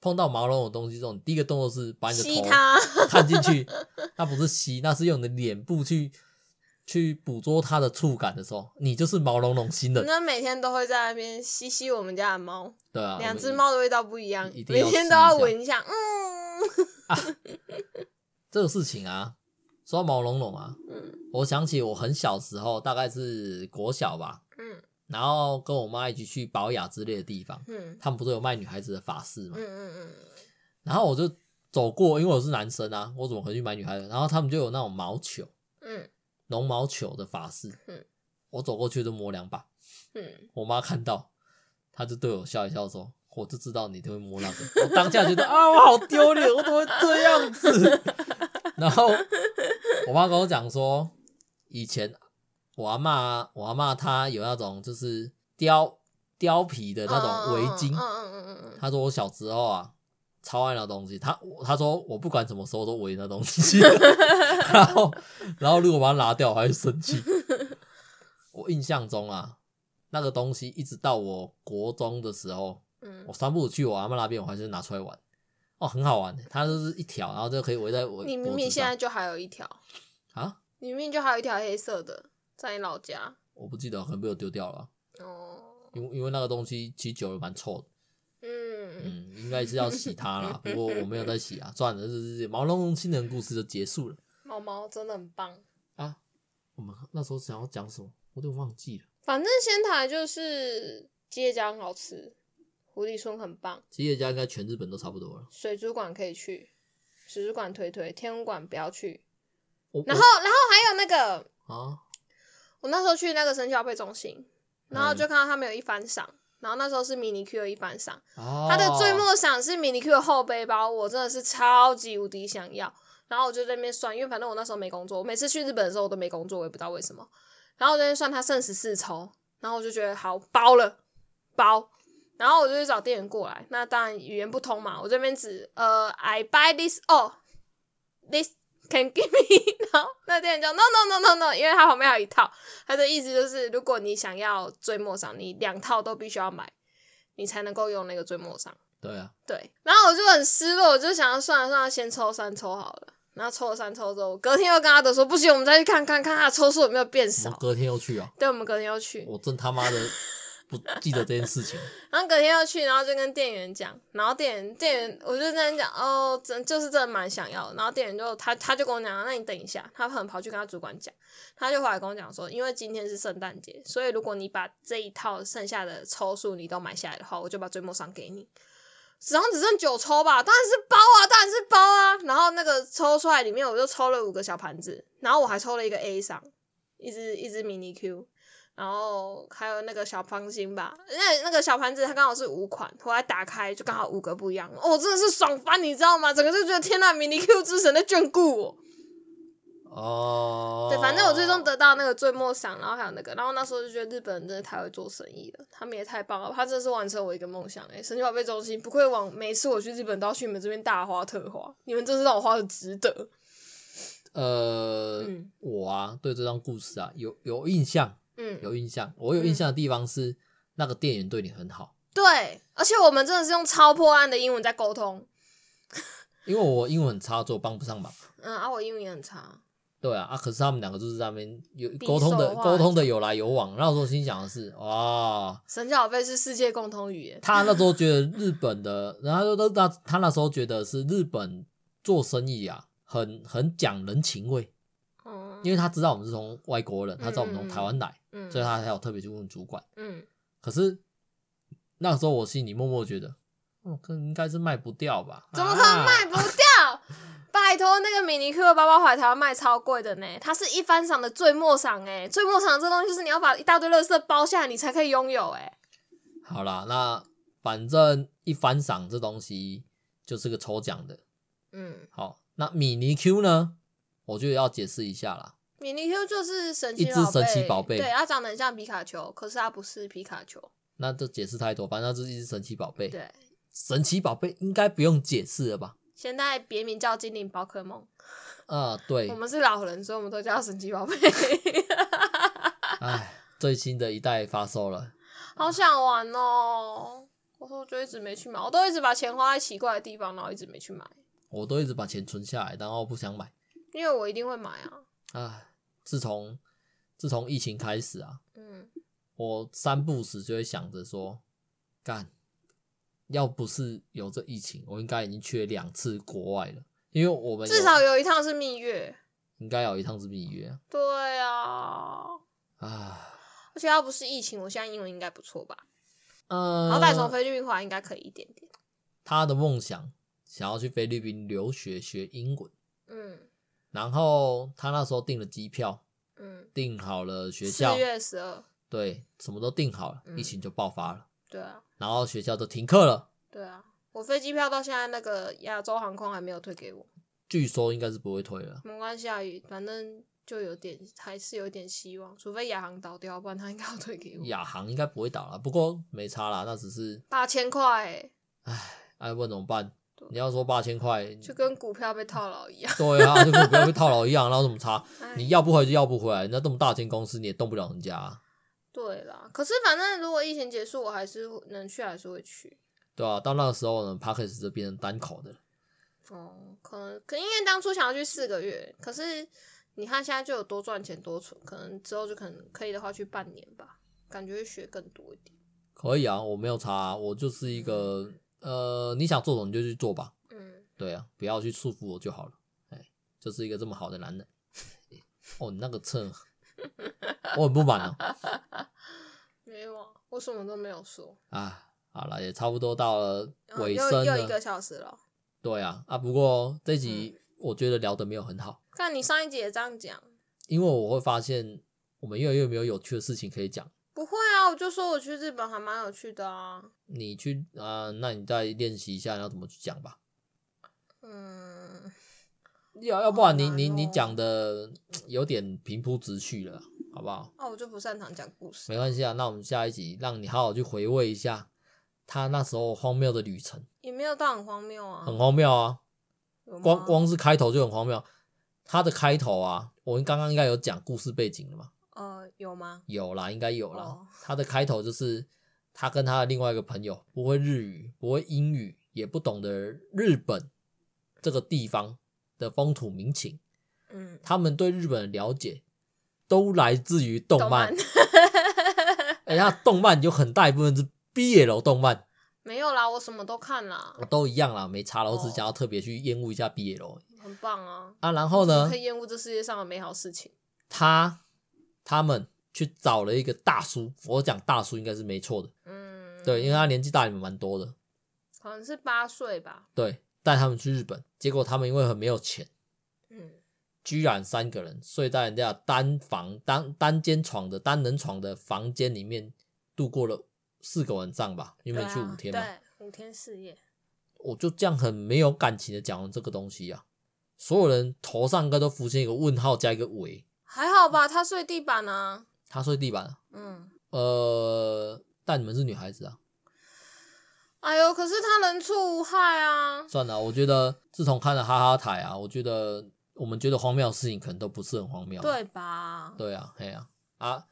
碰到毛茸茸的东西之后，你第一个动作是把你的
吸
头。
它。
探进去， 那不是吸，那是用你的脸部去去捕捉它的触感的时候，你就是毛茸茸新人，
那每天都会在那边吸吸我们家的猫。
对啊，
两只
我们
猫的味道不一样
一，定
每
要
天
试
都
一
要
下
闻一下。嗯，
这个事情啊，说到毛茸茸啊，
嗯
我想起我很小时候，大概是国小吧，
嗯
然后跟我妈一起去保养之类的地方，
嗯
他们不是有卖女孩子的发饰
嗯
嘛，
嗯
然后我就走过，因为我是男生啊，我怎么可能去买女孩子？然后他们就有那种毛球、
嗯
绒毛球的发饰
嗯，
我走过去就摸两把，
嗯
我妈看到，她就对我笑一笑说：“我就知道你都会摸那个。”我当下觉得啊，我好丢脸，我怎么会这样子？ 然后我妈跟我讲说，以前我阿嬷，我阿嬷她有那种就是貂貂皮的
嗯，
那种围巾
嗯，嗯嗯嗯嗯
她说我小时候啊。超爱那东西，她她说我不管什么时候都围那东西， 然后然后如果把它拿掉，我还会生气。我印象中啊，那个东西一直到我国中的时候，
嗯
我三不五去我阿妈那边，我还是拿出来玩。哦，很好玩的，它就是一条，然后就可以围在我
嗯。你明
脖
明
子
现在
上
就还有一条，
啊，
你明明就还有一条黑色的，在你老家。
我不记得，可能被我丢掉了，
哦，
因为因为那个东西其实久了蛮臭的，
嗯，
嗯，应该是要洗它啦，不过我没有在洗啊，算了，这是毛茸茸新人故事就结束了
猫猫真的很棒。
啊。我们那时候想要讲什么，我都忘记了。
反正仙台就是街家很好吃，狐狸村很棒，
吉野家应该全日本都差不多了。
水族馆可以去，水族馆推推，天文馆不要去。
我
然后，然后还有那个，
我啊，
我那时候去那个生肖配中心，然后就看到他们有一番赏，然后那时候是迷你 Q 的一番赏，
哦，
它的最末赏是迷你 Q 的后背包，我真的是超级无敌想要。然后我就在那边算，因为反正我那时候没工作，我每次去日本的时候我都没工作，我也不知道为什么。然后我在那边算它剩十四抽，然后我就觉得好包了包。然后我就去找店员过来，那当然语言不通嘛，我这边只呃 I buy this all this can give me，然后 那店员就 no no no no no，因为他旁边还有一套，他的意思就是如果你想要追末赏，你两套都必须要买，你才能够用那个追末赏。
对啊，
对，然后我就很失落，我就想要算了算了，先抽三抽好了。然后抽了三抽之后，我隔天又跟阿德说不行，我们再去看看看他的抽数有没有变
我
少。
隔天又去啊，
对，我们隔天又去，
我真他妈 的不记得这件事情。
然后隔天又去，然后就跟店员讲，然后店员店员我就在那边讲哦，真就是真的蛮想要的。然后店员就他他就跟我讲，那你等一下，他可能跑去跟他主管讲，他就回来跟我讲说，因为今天是圣诞节，所以如果你把这一套剩下的抽数你都买下来的话，我就把追梦赏给你。然后只剩九抽吧，当然是包啊，当然是包啊。然后那个抽出来里面，我就抽了五个小盘子，然后我还抽了一个 A 赏，一只一只迷你 Q，然后还有那个小方心吧，那那个小盘子它刚好是五款，后来打开就刚好五个不一样，哦，真的是爽翻，你知道吗？整个就觉得天呐，迷你 Q 之神在眷顾我。
哦，
对，反正我最终得到那个最末赏，然后还有那个，然后那时候就觉得日本人真的太会做生意了，他们也太棒了，他真的是完成我一个梦想哎、神奇宝贝中心不愧往每次我去日本都要去你们这边大花特花，你们真是让我花的值得。
呃，
嗯
我啊对这段故事啊有有印象，
嗯，
有印象。我有印象的地方是、那个店员对你很好，
对，而且我们真的是用超破案的英文在沟通，
因为我英文很差，所以我帮不上忙。
嗯啊，我英文也很差，
对啊，啊，可是他们两个就是在那边有
比
沟通的
手画
沟通的有来有往。那时候心想的是，哇，
神奇宝贝是世界共通语言，
他那时候觉得日本的，然后他他他那时候觉得是日本做生意啊，很很讲人情味，
嗯，
因为他知道我们是从外国人，他知道我们
嗯
从
嗯
台湾来，
嗯
所以他才有特别去问主管。
嗯
可是那时候我心里默默觉得，嗯，可应该是卖不掉吧？
怎么可能卖
啊？
不掉？拜托，那个米尼 Q 的包包回来台湾卖超贵的呢，它是一番赏的最末赏哎，最末赏这东西就是你要把一大堆垃圾包下来，你才可以拥有哎。
好啦，那反正一番赏这东西就是个抽奖的。
嗯，
好，那米尼 Q 呢？我就要解释一下啦。
米尼 Q 就是神
一
奇
只
宝贝，
神奇宝贝
对，它长得很像皮卡丘，可是它不是皮卡丘，
那这解释太多，反正这是一只神奇宝贝。
对，
神奇宝贝应该不用解释了吧？
现在别名叫精灵宝可梦，
啊，对
我，们是老人，所以我们都叫它神奇宝贝，
哎，最新的一代发售了。
好想玩哦。我说我就一直没去买，我都一直把钱花在奇怪的地方，然后一直没去买，
我都一直把钱存下来，然后不想买。
因为我一定会买啊。
唉，自从自从疫情开始啊，
嗯，
我三不时就会想着说，干，要不是有这疫情，我应该已经去了两次国外了，因为我们
至少有一趟是蜜月。
应该有一趟是蜜月啊
对啊，
啊，
而且要不是疫情，我现在英文应该不错吧？
嗯，
好歹从菲律宾回来应该可以一点点。
他的梦想想要去菲律宾留学学英文，
嗯
然后他那时候订了机票，
嗯，
订好了学
四
校，
月十二，
对，什么都订好了，
嗯
疫情就爆发了，
对啊
然后学校都停课了，
对啊，我飞机票到现在那个亚洲航空还没有退给我，
据说应该是不会退了。
没关系啊，反正就有点还是有点希望，除非亚航倒掉，不然他应该要退给我
亚航应该不会倒了，不过没差啦，那只是
八千块、欸，
哎，问怎么办
对？
你要说八千块，
就跟股票被套牢一样。
对啊， 就跟不要被套牢一样，然后怎么差？
唉
哎你要不回来就要不回来，人家这么大间公司你也动不了人家啊、
对啦，可是反正如果疫情结束，我还是会能去还是会去。
对啊，到那个时候呢 p a c k a g e 就变成单口的了。
哦，可能可因为当初想要去四个月，可是你看现在就有多赚钱多存，可能之后就可能可以的话去半年吧，感觉会学更多一点。
可以啊，我没有差、啊，我就是一个呃，你想做什么你就去做吧。
嗯，
对啊，不要去束缚我就好了。哎，就是一个这么好的男人。哦，你那个秤，我很不满啊。
没有啊，我什么都没有说。
啊，好了，也差不多到了
嗯
尾
又
声
又一个嗯
了。
小时了。
对啊，啊，不过这集我觉得聊的没有很好，
但你上一集也这样讲，
因为我会发现我们越来越没有有趣的事情可以讲。
不会啊，我就说我去日本还蛮有趣的啊。
你去啊、那你再练习一下要怎么去讲吧。
嗯，
要要不然你
好难
你你
哦
讲的有点平铺直叙了，好不好？
哦，我就不擅长讲故事
没。关系啊，那我们下一集让你好好去回味一下他那时候荒谬的旅程，
也没有到很荒谬啊，
很荒谬啊，
有吗
光光是开头就很荒谬。他的开头啊，我们刚刚应该有讲故事背景了嘛？
呃有吗？
有啦，应该有啦。
哦
他的开头就是他跟他的另外一个朋友，不会日语，不会英语，也不懂得日本这个地方的风土民情，
嗯，
他们对日本的了解都来自于动
动
漫。 哎、那动漫有很大一部分是 BL 动漫，
没有啦，我什么都看啦，
都一样啦，没差啦。我
哦
只想要特别去厌恶一下 BL
很棒啊。
啊。然后呢
可，以厌恶这世界上的美好事情。
他他们去找了一个大叔，我讲大叔应该是没错的，
嗯，
对，因为他年纪大你们蛮多的，
可能是八岁吧。
对，带他们去日本，结果他们因为很没有钱，
嗯，
居然三个人睡在人家的单房单单间床的单人床的房间里面度过了四个晚上吧，原
对
本
啊，
去五天嘛，
对，五天四夜。
我就这样很没有感情的讲完这个东西啊，所有人头上应该都浮现一个问号加一个尾，
还好吧，他睡地板啊。
他睡地板，
嗯，
呃，但你们是女孩子啊，
哎呦，可是他人畜无害啊。
算了，我觉得自从看了哈哈台啊，我觉得我们觉得荒谬的事情可能都不是很荒谬啊，
对吧？
对啊，嘿啊，啊，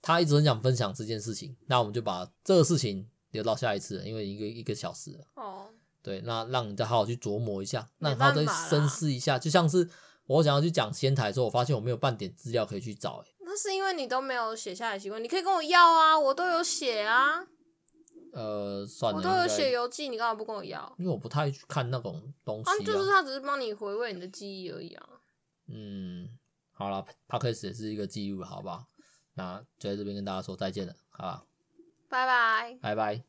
他一直很想分享这件事情，那我们就把这个事情留到下一次了，因为一个一个小时了。
哦，
对，那让你再好好去琢磨一下，那
没
你好好再
办法啦
深思一下。就像是我想要去讲仙台的时候，我发现我没有半点资料可以去找、欸，
那是因为你都没有写下来习惯，你可以跟我要啊，我都有写啊，
呃，算了，
我都有
应该
写游记，你干嘛不跟我要？
因为我不太去看那种东西、
啊，就是他只是帮你回味你的记忆而已啊。
嗯，好了 p o d c a s 也是一个记录，好不好？那就在这边跟大家说再见了，好吧，
拜拜。
拜拜。